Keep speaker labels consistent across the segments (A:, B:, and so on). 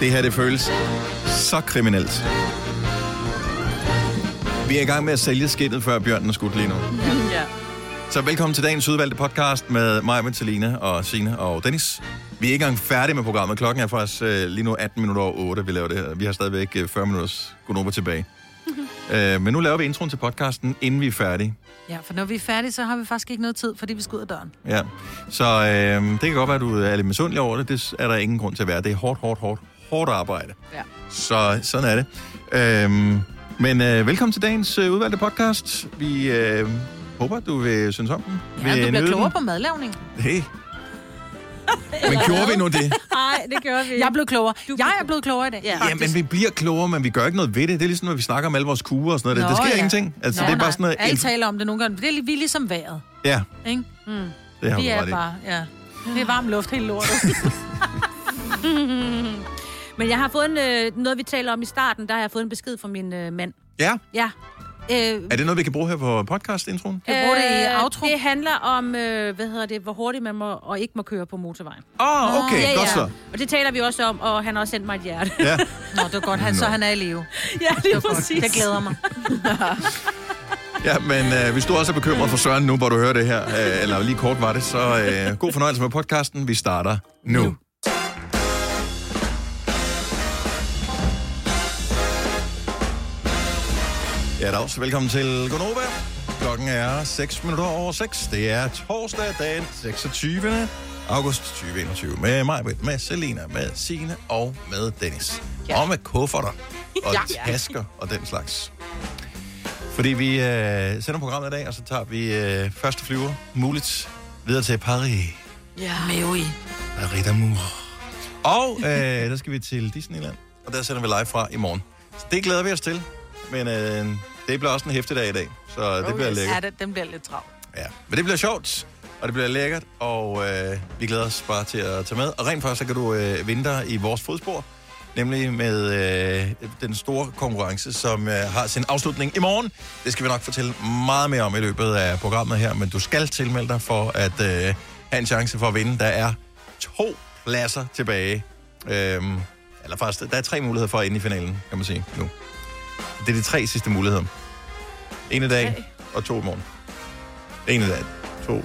A: Det her, det føles så kriminelt. Vi er i gang med at sælge skinnet, før bjørnen er skudt lige nu.
B: ja.
A: Så velkommen til dagens udvalgte podcast med mig, Vitalina og Sine og Dennis. Vi er ikke engang færdige med programmet. Klokken er faktisk øh, lige nu 18 minutter over 8, vi laver det her. Vi har stadigvæk øh, 40 minutters gonova tilbage. øh, men nu laver vi introen til podcasten, inden vi er færdige.
B: ja, for når vi er færdige, så har vi faktisk ikke noget tid, fordi vi skal ud af døren.
A: Ja. Så øh, det kan godt være, at du er lidt misundelig over det. Det er der ingen grund til at være. Det er hårdt, hårdt, hårdt, hårdt arbejde.
B: Ja.
A: Så sådan er det. Øhm, men øh, velkommen til dagens øh, udvalgte podcast. Vi øh, håber, du vil synes om den.
B: Ja,
A: vil
B: du bliver
A: nyde
B: klogere
A: den.
B: på madlavning.
A: Hey. Men gjorde vi nu det?
C: Nej, det gjorde vi ikke.
B: Jeg er blevet klogere. Jeg er blevet klogere i dag.
C: Ja.
A: Ja, men vi bliver klogere, men vi gør ikke noget ved det. Det er ligesom, når vi snakker om alle vores kuger og sådan noget.
B: Nå,
A: Nå, det sker
B: ja.
A: ingenting. Altså, det er bare sådan noget...
B: Alle taler om det nogle gange. Det er, vi er ligesom vejret,
A: Ja,
B: ikke?
A: det har
B: Vi
A: du ret
B: er
A: i.
B: bare, ja. Det er varm luft helt lortet.
C: Men jeg har fået en, øh, noget, vi taler om i starten, der har jeg fået en besked fra min øh, mand.
A: Ja,
C: Ja. Øh,
A: er det noget, vi kan bruge her på podcast-introen?
B: Kan vi bruge det i
C: øh,
B: outro?
C: Det handler om, øh, hvad hedder det, hvor hurtigt man må og ikke må køre på motorvejen.
A: Åh, oh, okay, godt så.
C: Og det taler vi også om, og han har også sendt mig et hjerte.
A: Ja.
B: Nå, det er godt, han, så han er i live.
C: ja,
B: Det er godt. Det glæder mig.
A: Ja, men øh, hvis du også er bekymret for Søren nu, hvor du hører det her, øh, eller lige kort var det, så øh, god fornøjelse med podcasten. Vi starter nu. nu. Ja, dags. Velkommen til Gonova. Klokken er 6 minutter over 6. Det er torsdag den 26. august 2021. Med mig, med Selina, med Sine og med Dennis. Ja. Og med kufferter og tasker og den slags. Fordi vi øh, sender programmet i dag, og så tager vi øh, første flyver, muligt, videre til Paris.
B: Ja. Møi.
A: Paris d'amour. Og øh, der skal vi til Disneyland, og der sender vi live fra i morgen. Så det glæder vi os til. Men øh, det bliver også en hæftig dag i dag, så det bliver
B: Oh, Ja,
A: lækkert.
B: det, den bliver lidt travlt.
A: Ja. Men det bliver sjovt, og det bliver lækkert, og øh, vi glæder os bare til at tage med. Og rent faktisk så kan du øh, vinde dig i vores fodspor, nemlig med øh, den store konkurrence, som øh, har sin afslutning i morgen. Det skal vi nok fortælle meget mere om i løbet af programmet her, men du skal tilmelde dig for at øh, have en chance for at vinde. Der er to pladser tilbage. Øhm, eller faktisk, der er tre muligheder for at ende i finalen, kan man sige nu. Det er de tre sidste muligheder. En i dag, og to i morgen. En i dag, to.
B: Der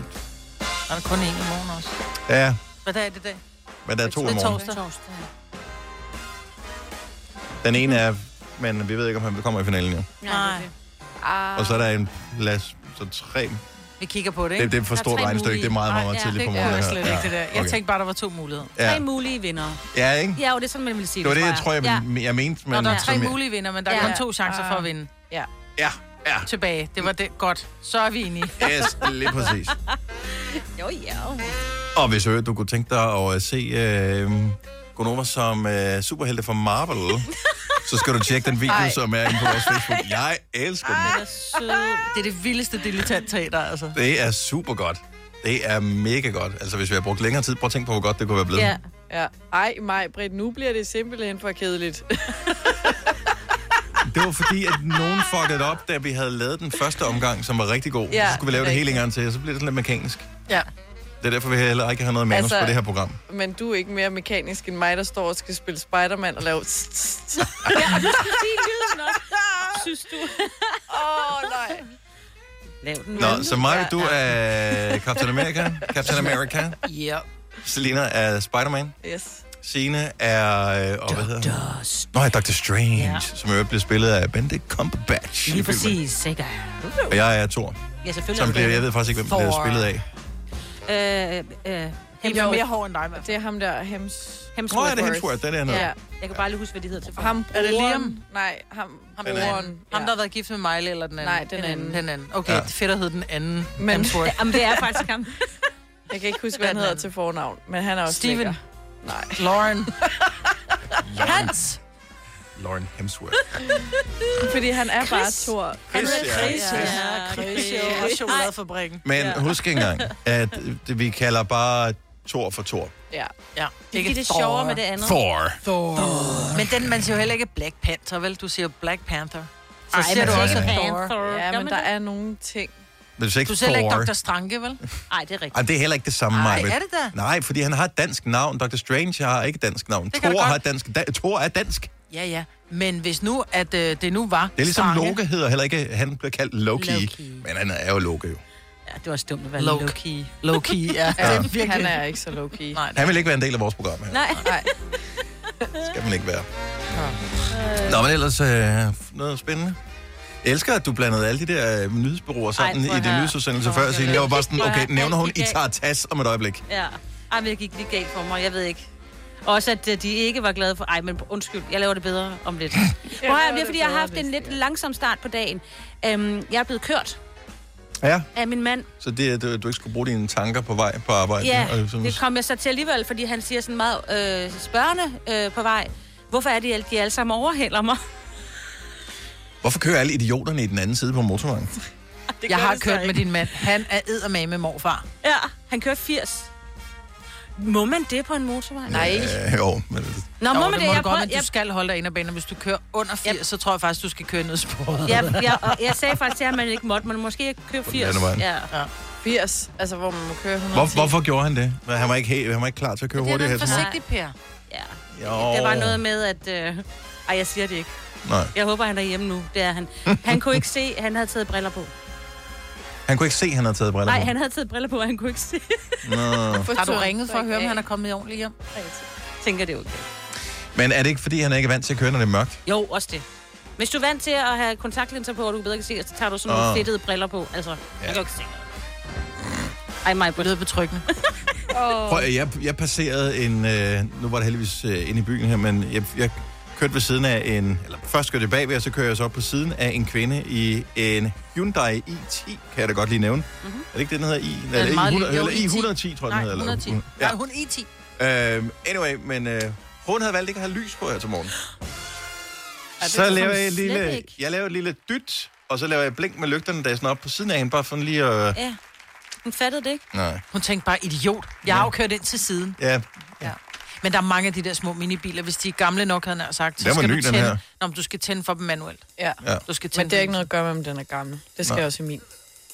B: er kun en i morgen også.
A: Ja,
B: Hvad dag er det i dag?
A: men der er to i
B: Det er
A: morgen.
B: torsdag.
A: Den ene er, men vi ved ikke, om han kommer i finalen jo.
B: Nej, det er Ah.
A: Og så er der en plads, så tre.
B: Vi kigger på det, ikke?
A: Det, det er for
C: Der er
A: stort
C: tre
A: regnestykke, det er meget, meget, meget
C: mulige.
A: tidligt på
B: det
A: morgenen.
B: er
A: her.
B: slet ikke det der. Jeg
A: okay.
B: tænkte bare, der var to muligheder.
C: Tre
A: ja.
C: mulige vinder.
A: ja, ikke?
C: Ja, og det er sådan, man vil sige
A: Det var det, jeg tror, jeg,
C: Ja.
A: jeg, jeg mente.
B: Nå,
A: Men,
B: der er
A: som
B: tre
A: jeg-
B: mulige vinder, men der er
C: Ja.
B: kun to chancer for at vinde. Ah.
A: Ja, ja.
B: Tilbage. Det var det. Godt. Så er vi enige.
A: Yes, lige præcis.
C: Jo, ja.
A: Og hvis øh, du kunne tænke dig at øh, se øh, Gonova som øh, superhelte for Marvel, så skal du tjekke den video, som er inde på vores Facebook. Jeg elsker den.
B: Det er det vildeste dilettant teater, altså.
A: Det er super godt. Det er mega godt. Altså, hvis vi har brugt længere tid, prøv at tænke på, hvor godt det kunne være blevet.
C: Ja.
D: Ja. Ej, mig, Britt, nu bliver det simpelthen for kedeligt.
A: Det var fordi, at nogen fuckede det op, da vi havde lavet den første omgang, som var rigtig god. Ja,
D: Ja,
A: så skulle vi lave
D: det er
A: det hele en gang til, og så blev det sådan lidt mekanisk.
B: Ja.
A: Det er derfor, vi heller ikke har noget manus altså...
D: Altså-
A: på det her program.
D: Men du er ikke mere mekanisk end mig, der står og skal spille Spider-Man og lave... Åh,
C: Sige lyden også, synes du.
D: oh, nej.
C: Lav den.
A: Nå, så Maja, du er Captain America. Captain America.
B: Ja.
A: Selina er Spider-Man.
D: Yes.
A: Signe er... Øh, og hvad hedder han?
C: Dust.
A: Nej, Dr. Strange,
C: Ja.
A: som jo blev spillet af Benedict Cumberbatch. i
C: Lige
A: filmen.
C: præcis, sikkert.
A: Og jeg er Thor,
C: Ja, selvfølgelig.
A: som
C: er det
A: bliver, jeg
C: det.
A: ved faktisk ikke, hvem det bliver
C: Thor.
A: spillet af.
C: Øh, øh,
B: Han er mere hård end dig, mand.
D: Det er ham der, Hems...
A: Nå,
C: Hemsworth.
A: er det Hemsworth, den er noget.
D: Ja.
C: Jeg kan bare lige huske, hvad de hedder til.
D: Ham
B: Er det
D: broren.
B: Liam?
D: Nej, ham, ham
A: Den
D: den
A: anden.
D: broren.
B: Ham, der har været gift med Miley eller den anden?
D: Nej, den anden.
B: Den anden. Okay,
A: Ja.
B: ja. det er fedt at hedde den anden.
D: Men-
B: Men...
C: Ja, Jamen, det er faktisk ham.
D: Jeg kan ikke huske, hvad han
B: Den
D: hedder
B: anden.
D: til fornavn, men han er også
B: Steven.
D: lækker. Nej.
B: Lauren. Hans.
A: Lauren Hemsworth.
D: Fordi han er bare Thor.
A: Chris, ja.
B: Ja, Chris. Ja, chokoladefabrikken.
A: Men husk engang, at det, vi kalder bare Thor for Thor.
D: Ja.
B: Ja.
C: Det er det sjovere med det andet.
A: Thor.
B: Men den, man siger jo heller ikke Black Panther, vel? Du siger Black Panther. Så
C: Ej,
B: siger
C: man
B: du
C: siger
B: også
C: ikke
B: Thor.
C: Panther. Gør
D: Ja, men
C: man
D: der
C: det?
D: er nogle ting.
A: Men hvis ikke
B: Du er selv ikke
A: Thor-
B: Dr. Stranke, vel?
C: Nej, det er rigtigt.
A: Ej, det er heller ikke det samme,
B: Ej,
A: Maja.
B: er det da?
A: Nej, fordi han har et dansk navn. Dr. Strange har ikke et dansk navn.
B: Det kan da
A: Thor,
B: godt.
A: har et dansk, da, Thor er dansk. Det
B: Ja, ja. Men hvis nu, at øh, det nu var
A: er ligesom
B: Stranke-
A: Loke hedder heller ikke. Han bliver kaldt Loki.
C: Loki.
A: Men han er jo Loke jo.
C: Ja, det var dumt at være
B: Loke.
C: low-key.
B: Low-key, ja. Det
D: Ja,
B: er virkelig...
D: Han er ikke så low-key.
B: Nej,
A: Han vil ikke være en del af vores program her.
C: Nej.
D: Nej.
A: Skal man ikke være. Nå, men ellers øh, noget spændende. Jeg elsker, at du blandede alle de der øh, nyhedsbureauer sammen
C: prøv
A: Ej, i
C: at
A: din
C: høre.
A: nyhedsudsendelse
C: Nå,
A: før,
C: det
A: siden
C: var-
A: jeg var bare sådan,
C: Prøv at
A: okay,
C: høre,
A: nævner hun
C: alt gik
A: Itar Tas om et øjeblik.
C: Ja. Ej, men det gik lige galt for mig. Jeg ved ikke. Også at øh, de ikke var glade for... Ej, men undskyld, jeg laver det bedre om lidt. Prøv at høre,
D: laver
C: det er,
D: det
C: fordi jeg har
D: bedre,
C: haft en
D: hvis-
C: lidt langsom start på dagen. Øhm, jeg er blevet kørt
A: Ja,
C: af min mand.
A: så det er, at du, du ikke skulle bruge dine tanker på vej på arbejde.
C: Ja,
A: og sådan-
C: det kom jeg så til alligevel, fordi han siger sådan meget øh, spørgende øh, på vej. Hvorfor er det, at de alle sammen overhælder mig?
A: Hvorfor kører alle idioterne i den anden side på motorvejen?
D: Det
B: Jeg
D: gør
B: har
D: det så
B: kørt med
D: ikke.
B: din mand. Han er eddermame med morfar.
C: Ja, han kørte 80. Må man det på en motorvej?
D: Nej.
A: Øh, jo, men
C: Nå,
B: Nå,
C: må man det?
B: må
C: jeg,
B: du godt,
C: prøvede,
B: men
C: jeg,
B: du skal holde dig ind ad banen. og Hvis du kører under 80, så tror jeg faktisk, du skal køre ned i sporet.
C: jeg, jeg, jeg, jeg, sagde faktisk til ham, at man ikke måtte. Man måske ikke køre 80.
A: landevejen.
C: Ja.
D: 80, altså hvor man må køre 110.
A: Hvor, hvorfor gjorde han det? Men Han var ikke, he- han var ikke klar til at køre
B: Det er
A: hurtigt.
B: noget
A: her til morgen.
B: forsigtigt, Per.
C: ja.
A: Jo.
C: Det var noget med, at... Øh, ej, jeg siger det ikke.
A: Nej.
C: Jeg håber, han er hjemme nu. Det er han. Han kunne ikke se, han havde taget briller på.
A: Han kunne ikke se, at han havde taget briller
C: Nej,
A: på.
C: han havde taget briller på, og han kunne ikke se.
A: Nå.
B: Har du ringet for at høre, om han er kommet ordentligt hjem?
C: Jeg tænker, det er okay.
A: Men er det ikke, fordi han ikke er vant til at køre, når det er mørkt?
C: Jo, også det. Hvis du er vant til at have kontaktlinser på, og du bedre kan se, så tager du sådan
A: Åh.
C: nogle fedtede briller på. Altså, ja. jeg kan jo ikke se noget. Ej, mig,
B: Det lyder betryggende.
A: Prøv, at- jeg, jeg passerede en... Øh, nu var det heldigvis øh, inde i byen her, men jeg, jeg kørte ved siden af en... Eller først kørte jeg bagved, og så kører jeg så op på siden af en kvinde i en Hyundai i10, kan jeg da godt lige nævne. Mm-hmm. Er det ikke det, den hedder? I, eller,
B: meget
A: I100,
B: lille- jo,
A: eller
B: i10.
A: I110, tror jeg,
B: Nej,
A: den hedder.
B: 110.
A: Eller,
B: Ja.
A: ja.
B: Nej, hun er i 10.
A: Øhm, anyway, men øh, hun havde valgt ikke at have lys på her til morgen.
D: det
A: så
D: kunne
A: laver
C: hun
A: jeg, et
C: slet
A: lille,
C: ikke.
A: jeg laver et lille dyt, og så laver jeg blink med lygterne, der er sådan op på siden af hende, bare for lige at...
C: Ja. Hun fattede det ikke.
A: Nej.
B: Hun tænkte bare, idiot. Jeg har jo kørt ind til siden.
A: Ja,
B: Ja. Men der er mange af de der små minibiler, hvis de er gamle nok, havde jeg nær sagt. Så
A: Den var
B: skal
A: ny,
B: du
A: den
B: tænde...
A: her.
B: Nå, men du skal tænde for dem manuelt.
D: Ja.
A: ja.
B: Du skal tænde
D: Men det er ikke
B: for
D: noget at gøre med, om den er gammel. Det skal
A: Nej.
D: jeg også i min.
B: dem.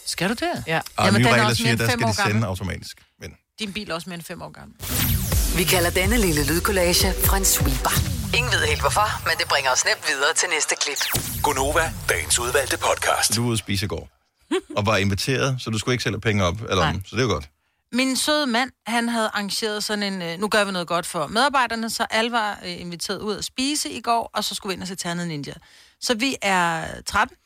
B: Skal du det?
D: Ja.
A: Og
B: Jamen,
A: Jamen,
B: den
A: nye
B: er
A: regler
B: også
A: siger,
B: mere
A: der
B: end
A: skal
B: fem
A: de
B: år
A: sende
B: gammel.
A: automatisk. Men
B: Din bil er også mere end fem år gammel.
E: Vi kalder denne lille lydkollage Frans sweeper. Ingen ved helt hvorfor, men det bringer os nemt videre til næste klip.
F: Gunova, dagens udvalgte podcast.
A: du var ude at spise i går, og var inviteret, så du skulle ikke sælge penge op. Eller om,
B: Nej.
A: så det er jo godt.
B: Min søde mand, han havde arrangeret sådan en, øh, nu gør vi noget godt for medarbejderne, så alle var øh, inviteret ud at spise i går, og så skulle vi ind og se Ternet Ninja. Så vi er 13,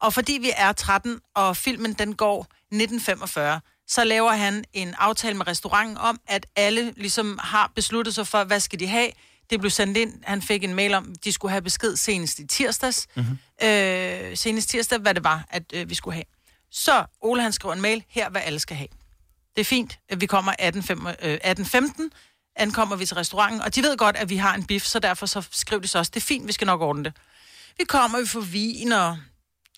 B: og fordi vi er 13, og filmen den går 1945, så laver han en aftale med restauranten om, at alle ligesom har besluttet sig for, hvad skal de have. Det blev sendt ind, han fik en mail om, de skulle have besked senest i tirsdags. Mm-hmm. Øh, senest tirsdag, hvad det var, at øh, vi skulle have. Så Ole han skriver en mail, her hvad alle skal have. Det er fint. Vi kommer 18.15, øh, 18, ankommer vi til restauranten, og de ved godt, at vi har en biff, så derfor så skriv det så også. Det er fint, vi skal nok ordne det. Vi kommer, vi får vin, og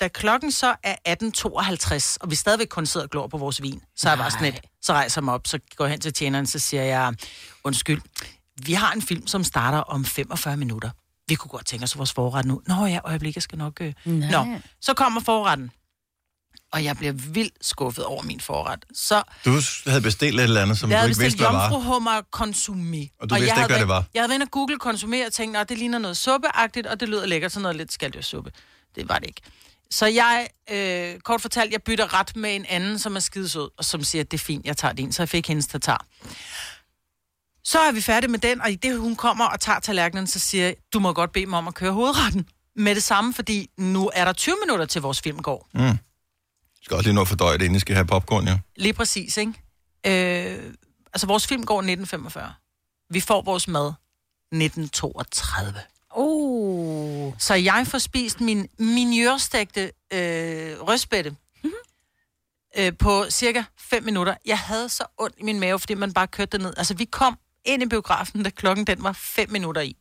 B: da klokken så er 18.52, og vi stadigvæk kun sidder og glor på vores vin, så er jeg bare sådan lidt, så rejser jeg mig op, så går jeg hen til tjeneren, så siger jeg, undskyld, vi har en film, som starter om 45 minutter. Vi kunne godt tænke os vores forret nu. Nå ja, øjeblik, jeg skal nok... Øh. Nå, så kommer forretten. Og jeg bliver vildt skuffet over min forret. Så
A: Du s- havde bestilt et eller andet, som
B: jeg
A: du
B: havde
A: ikke vidste,
B: bestilt
A: hvad var.
B: jomfruhummer konsumé.
A: Og du vidste ikke,
B: jeg
A: hvad
B: havde
A: det var?
B: været- Jeg havde været inde og google konsumé og tænkt, at det ligner noget suppeagtigt, og det lyder lækkert, sådan noget lidt skaldyrsuppe. Det var det ikke. Så jeg, øh, kort fortalt, jeg bytter ret med en anden, som er skidesød, og som siger, det er fint, jeg tager din, så jeg fik hendes tatar. Så er vi færdige med den, og i det hun kommer og tager tallerkenen, så siger jeg, du må godt bede mig om at køre hovedretten. Med det samme, fordi nu er der 20 minutter til vores film går.
A: Jeg Mm. skal også lige nå at fordøje det, inden I skal have popcorn, ja.
B: Lige præcis, ikke? Øh, altså, vores film går 1945. Vi får vores mad 1932.
C: Oh.
B: Så jeg får spist min minjørstægte øh, røstbætte øh, på cirka 5 minutter. Jeg havde så ondt i min mave, fordi man bare kørte det ned. Altså, vi kom ind i biografen, da klokken den var 5 minutter i.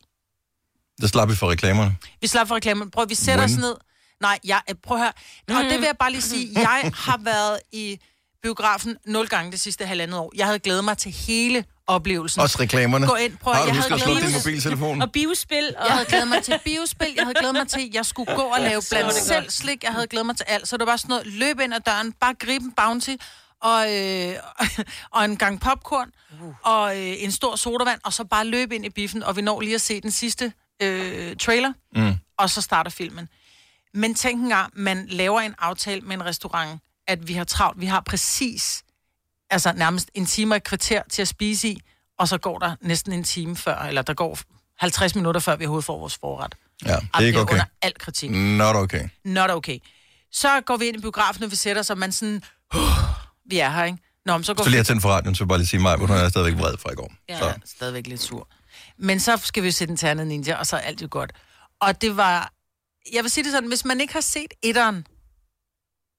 A: Der slap vi for reklamerne.
B: Vi slap for reklamen. Prøv, vi sætter
A: When?
B: os ned. Nej, jeg, øh, prøv at høre.
C: Mm.
B: Og det vil jeg bare lige sige. Jeg har været i biografen 0 gange det sidste halvandet år. Jeg havde glædet mig til hele oplevelsen.
A: Også reklamerne.
B: Gå ind, prøv at-
A: Har du
B: jeg
A: husket at
B: havde
A: slukke din
B: glemt-
A: mobiltelefon?
C: Og biospil, og
B: Jeg havde glædet mig til biospil, jeg havde glædet mig til, at jeg skulle gå og lave blandt selv slik, jeg havde glædet mig til alt. Så det var bare sådan noget, løb ind ad døren, bare gribe en bounty, og, øh, og en gang popcorn,
C: Uh.
B: og øh, en stor sodavand, og så bare løbe ind i biffen, og vi når lige at se den sidste øh, trailer, mm. og så starter filmen. Men tænk engang, man laver en aftale med en restaurant, at vi har travlt, vi har præcis, altså nærmest en time og et kvarter til at spise i, og så går der næsten en time før, eller der går 50 minutter før vi overhovedet får vores forret.
A: Ja, det er ikke okay.
B: under al kritik.
A: Not okay.
B: Not okay. Så går vi ind i biografen, og vi sætter os, og man sådan, "Huh, vi er her, ikke? Nå, men så går
A: Så lige at tænde for radioen, så vil jeg bare lige sige mig, hvor hun er stadigvæk vred fra i går.
B: Ja,
A: Så.
B: så. stadigvæk lidt sur. Men så skal vi jo se den ternede ninja, og så er alt jo godt. Og det var... Jeg vil sige det sådan, hvis man ikke har set etteren,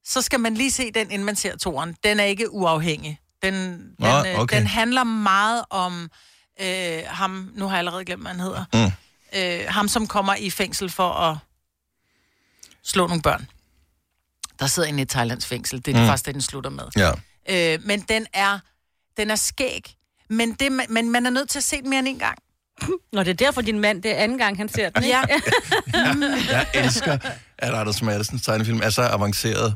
B: så skal man lige se den, inden man ser toeren. Den er ikke uafhængig. Den, den,
A: Nå,
B: øh,
A: okay.
B: den handler meget om øh, ham, nu har jeg allerede glemt, hvad han hedder,
A: Mm.
B: øh, ham, som kommer i fængsel for at slå nogle børn. Der sidder en i et thailandsk fængsel. Det er mm.
A: Mm.
B: faktisk det, den slutter med.
A: Ja.
B: Øh, men den er, den er skæg. Men, det, man, men man er nødt til at se den mere end en gang.
C: Nå, det er derfor, din mand, det er anden gang, han ser den, ikke?
B: Ja.
A: Jeg elsker, at Anders Madsens tegnefilm er så avanceret.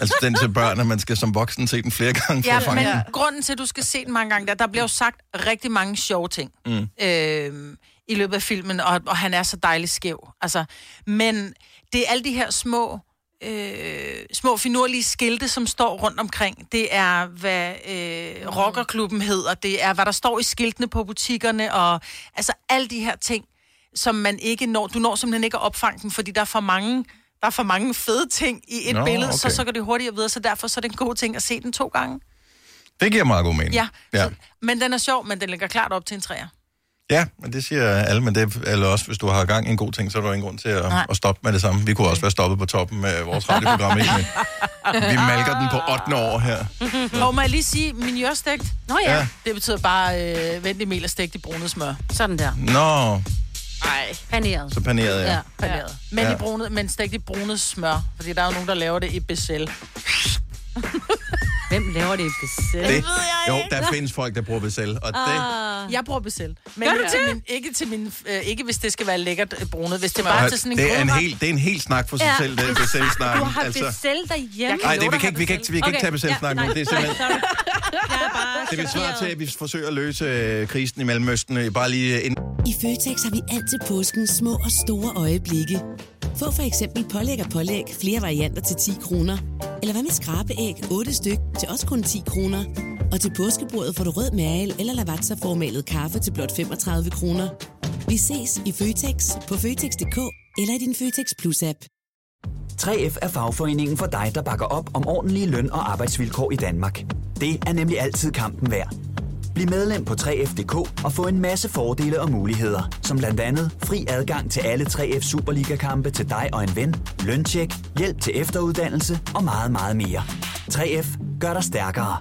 A: Altså den til børn, at man skal som voksen se den flere gange for at
B: ja,
A: fange
B: men
A: den.
B: grunden til, at du skal se den mange gange, der, der bliver jo sagt rigtig mange sjove ting mm. øh, i løbet af filmen, og, og han er så dejlig skæv. Altså, men det er alle de her små, øh, små finurlige skilte, som står rundt omkring. Det er, hvad øh, rockerklubben hedder, det er, hvad der står i skiltene på butikkerne, og altså alle de her ting, som man ikke når. Du når simpelthen ikke at opfange dem, fordi der er for mange der er for mange fede ting i et
A: Nå,
B: Nå, billede, okay. så,
A: okay.
B: så går det hurtigere videre, så derfor så er det en god ting at se den to gange.
A: Det giver meget god mening.
B: Ja,
A: ja.
B: ja. Så, men den er sjov, men den ligger klart op til en træer.
A: Ja, men det siger alle, men det er eller også, hvis du har gang i en god ting, så er der jo ingen grund til at,
B: Nej.
A: at stoppe med det samme. Vi kunne også være stoppet på toppen med vores radioprogram, ikke? Men vi malker den på 8. år her.
B: Ja. Og må jeg lige sige, min jørstegt,
C: Nå ja.
A: Ja.
C: ja.
B: det betyder bare øh, vendt i mel og stegt i brunet smør.
C: Sådan der.
A: Nå,
D: Nej.
C: Paneret.
A: så panerede jeg.
C: Ja.
A: Ja.
B: Ja. Men,
A: Ja.
B: ja. i brunet, men stegt i brunet smør, fordi der er jo nogen, der laver det i Bessel.
C: Hvem laver det i besæt?
A: Det, jo, der findes folk, der bruger Bessel, og
B: Ah.
A: det...
B: Jeg bruger Bessel. Men
C: Gør du
B: ikke til min, ikke, til min, øh, ikke hvis det skal være lækkert øh, brunet, hvis det
A: Og
B: bare er til sådan en
A: det, er en
B: kogeret.
A: hel, det er en hel snak for sig
C: Ja.
A: selv, det er
C: Du
A: Bessel-snakken.
C: har altså.
A: Altså,
C: besæl derhjemme.
A: nej, det, vi kan ikke, vi kan ikke, vi kan ikke tage Bessel-snakken, det er simpelthen...
C: Sorry. Jeg er bare
A: Det vil svare
C: chokeret.
A: til, at vi forsøger at løse øh, krisen i Mellemøsten. øh, Bare lige øh, ind.
G: I Føtex har vi altid påsken små og store øjeblikke. Få for eksempel pålæg og pålæg flere varianter til 10 kroner. Eller hvad med skrabeæg 8 styk til også kun 10 kroner. Og til påskebordet får du rød mal eller lavatserformalet kaffe til blot 35 kroner. Vi ses i Føtex på Føtex.dk eller i din Føtex Plus-app.
H: 3F er fagforeningen for dig, der bakker op om ordentlige løn- og arbejdsvilkår i Danmark. Det er nemlig altid kampen værd. Bliv medlem på 3F.dk og få en masse fordele og muligheder, som blandt andet fri adgang til alle 3F Superliga-kampe til dig og en ven, løntjek, hjælp til efteruddannelse og meget, meget mere. 3F gør dig stærkere.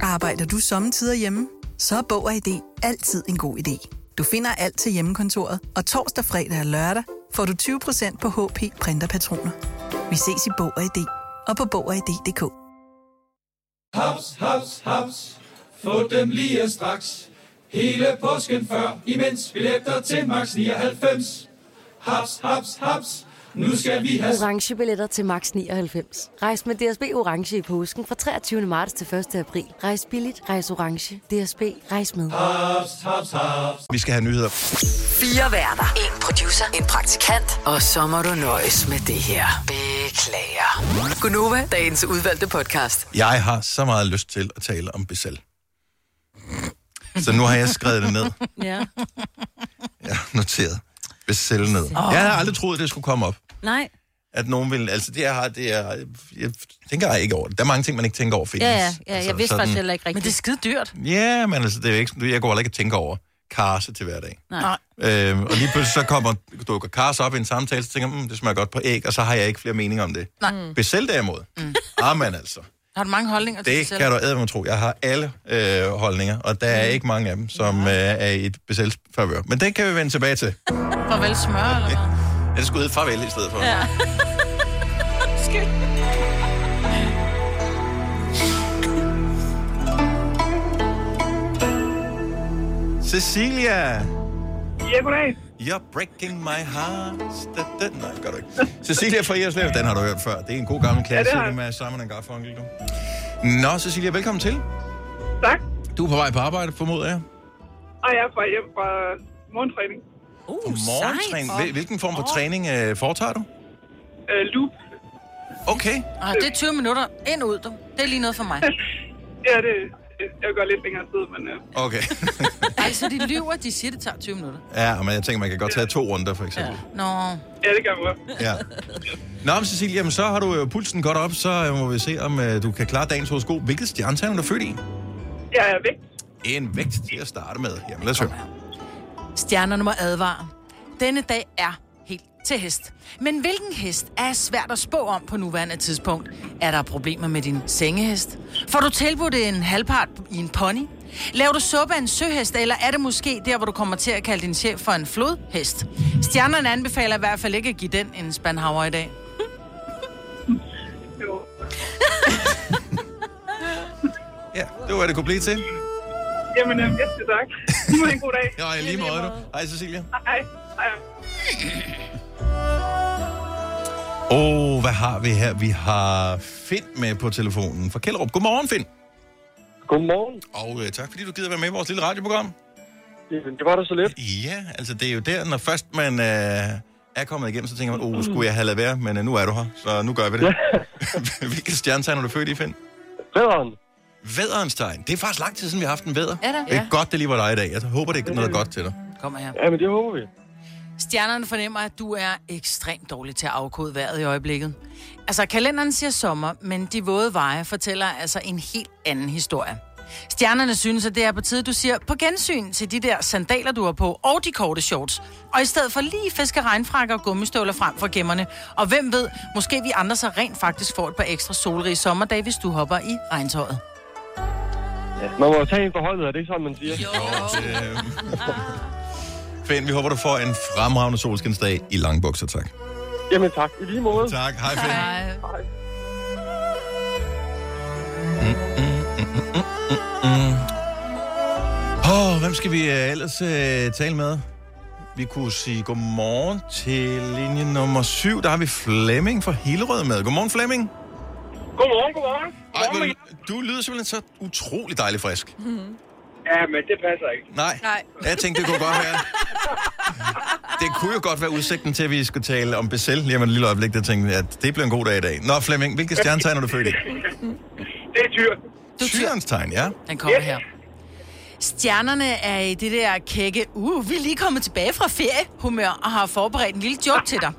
I: Arbejder du sommetider hjemme? Så er Bog og ID altid en god idé. Du finder alt til hjemmekontoret, og torsdag, fredag og lørdag får du 20% på HP Printerpatroner. Vi ses i Bog og ID og på Bog og ID.dk.
J: Haps, haps, haps. Få dem lige straks. Hele påsken før, imens billetter til max 99. Haps, haps, haps. Nu skal vi have
K: Orange billetter til max 99. Rejs med DSB Orange i påsken fra 23. marts til 1. april. Rejs billigt, rejs orange. DSB, rejs med.
J: haps, haps, haps.
A: Vi skal have nyheder.
E: Fire værter. En producer. En praktikant. Og så må du nøjes med det her. Beklager. Gunova, dagens udvalgte podcast.
A: Jeg har så meget lyst til at tale om Bessel. Så nu har jeg skrevet det ned.
C: Ja.
A: Jeg har noteret Bessel ned. Jeg havde aldrig troet, det skulle komme op.
C: Nej.
A: At nogen ville... Altså, det er, det er, jeg tænker ikke over det. Der er mange ting, man ikke tænker over findes.
C: Ja, ja, ja. Jeg
A: Altså,
C: vidste
A: sådan-
C: faktisk heller ikke
B: Men
C: rigtigt.
B: det er skide dyrt.
A: Ja, men altså, det er jo ikke, jeg går heller ikke og tænker over karse til hverdag.
B: Nej.
A: Øhm, og lige pludselig så kommer, dukker karse op i en samtale, så tænker jeg, mm, det smager godt på æg, og så har jeg ikke flere meninger om det. Nej. Besæl derimod. Mm. Amen altså.
B: Har du mange holdninger til dig
A: Det
B: selv?
A: kan du æde tro. Jeg har alle øh, holdninger, og der er ikke mange af dem, som øh, er i et besættelse favør. Men det kan vi vende tilbage til.
B: Farvel smør, eller hvad?
A: Jeg skal ud farvel i stedet for. Ja. Cecilia!
L: Ja, goddag.
A: You're breaking my heart. Da, da. Nej, gør du ikke. Cecilia fra Jerslev, den har du hørt før. Det er en god gammel
L: Ja, det
A: klassiker
L: har
A: ja,
L: jeg.
A: med Simon and Garfunkel. Du. Nå, Cecilia, velkommen til.
L: Tak.
A: Du er på vej på arbejde, formoder jeg.
L: Og jeg er fra hjem fra morgentræning. Uh,
A: Morgentræning. Hvil- Hvilken form for træning øh, foretager du?
L: Øh, loop.
A: Okay.
B: Ah, det er 20 minutter. Ind og ud, du. Det er lige noget for mig.
L: Ja, det, jeg gør lidt længere tid, men... Øh,
A: Okay.
B: Altså, de lyver, de siger, det tager 20 minutter.
A: Ja, men jeg tænker, man kan godt tage to runder, for eksempel.
B: Nå.
L: Ja, det gør man godt.
A: Ja. Nå, men Cecilia, jamen, så har du jo pulsen godt op, så øh, må vi se, om øh, du kan klare dagens horoskop. Hvilket stjernetegn er du født i?
L: Jeg er væk.
A: En vægt til at starte med. Jamen, lad os høre.
B: Stjernerne må advare. Denne dag er helt til hest. Men hvilken hest er svært at spå om på nuværende tidspunkt? Er der problemer med din sengehest? Får du tilbudt en halvpart i en pony? Laver du suppe af en søhest, eller er det måske der, hvor du kommer til at kalde din chef for en flodhest? Stjernerne anbefaler i hvert fald ikke at give den en spandhaver i dag.
A: Ja, det var, hvad det kunne blive til.
L: Jamen, øh, yes, det er tak. Nu må I have en god dag.
A: Ja, i lige måde. du. Hej, Cecilia.
L: Hej. Hej.
A: Åh, oh, hvad har vi her? Vi har Finn med på telefonen fra Kjellerup. Godmorgen, Finn. Godmorgen. Og øh, tak, fordi du gider være med i vores lille radioprogram. Det var da så lidt. Ja, altså det er jo der, når først man øh, er kommet igennem, så tænker man, åh, oh, skulle jeg have lavet være, men øh, nu er du her, så nu gør vi det. Hvilket stjernetegn er du født i, Finn? Vædderen. Vædderens tegn. Det er faktisk lang tid siden, vi har haft en vædder.
B: Er det?
A: Det er
B: Ja.
A: godt, det lige var dig i dag. Jeg håber, det er noget godt til dig.
B: Kommer her.
A: Ja, men det håber vi.
B: Stjernerne fornemmer, at du er ekstremt dårlig til at afkode vejret i øjeblikket. Altså, kalenderen siger sommer, men de våde veje fortæller altså en helt anden historie. Stjernerne synes, at det er på tide, du siger på gensyn til de der sandaler, du har på, og de korte shorts. Og i stedet for lige fiske regnfrakker og gummistøvler frem for gemmerne. Og hvem ved, måske vi andre så rent faktisk får et par ekstra solrige sommerdage, hvis du hopper i regntøjet.
M: Ja. Man må jo tage en på holdet, er det ikke sådan, man siger? Jo.
A: Finn, vi håber, du får en fremragende solskinsdag i lange bukser, tak. Mm,
M: Jamen tak, i lige måde.
A: Tak, hej Finn.
B: Hej.
A: Mm. Oh, hvem skal vi øh, ellers øh, tale med? Vi kunne sige godmorgen til linje nummer 7. Der har vi Flemming fra Hillerød med. Godmorgen, Flemming.
N: Godmorgen, godmorgen.
A: Ej, hvor, du lyder simpelthen så utrolig dejlig frisk.
N: Mm-hmm. Ja, men det passer ikke.
A: Nej.
N: Nej.
A: Jeg tænkte, det kunne godt være. Det kunne jo godt være udsigten til, at vi skulle tale om Bessel lige om et lille øjeblik. Der tænkte jeg, at det bliver en god dag i dag. Nå, Flemming, hvilke stjernetegn er du født i?
L: Det er dyr.
A: Tyrens tegn, ja.
B: Den kommer her. Stjernerne er i det der kække, uh, vi er lige kommet tilbage fra feriehumør og har forberedt en lille joke til dig.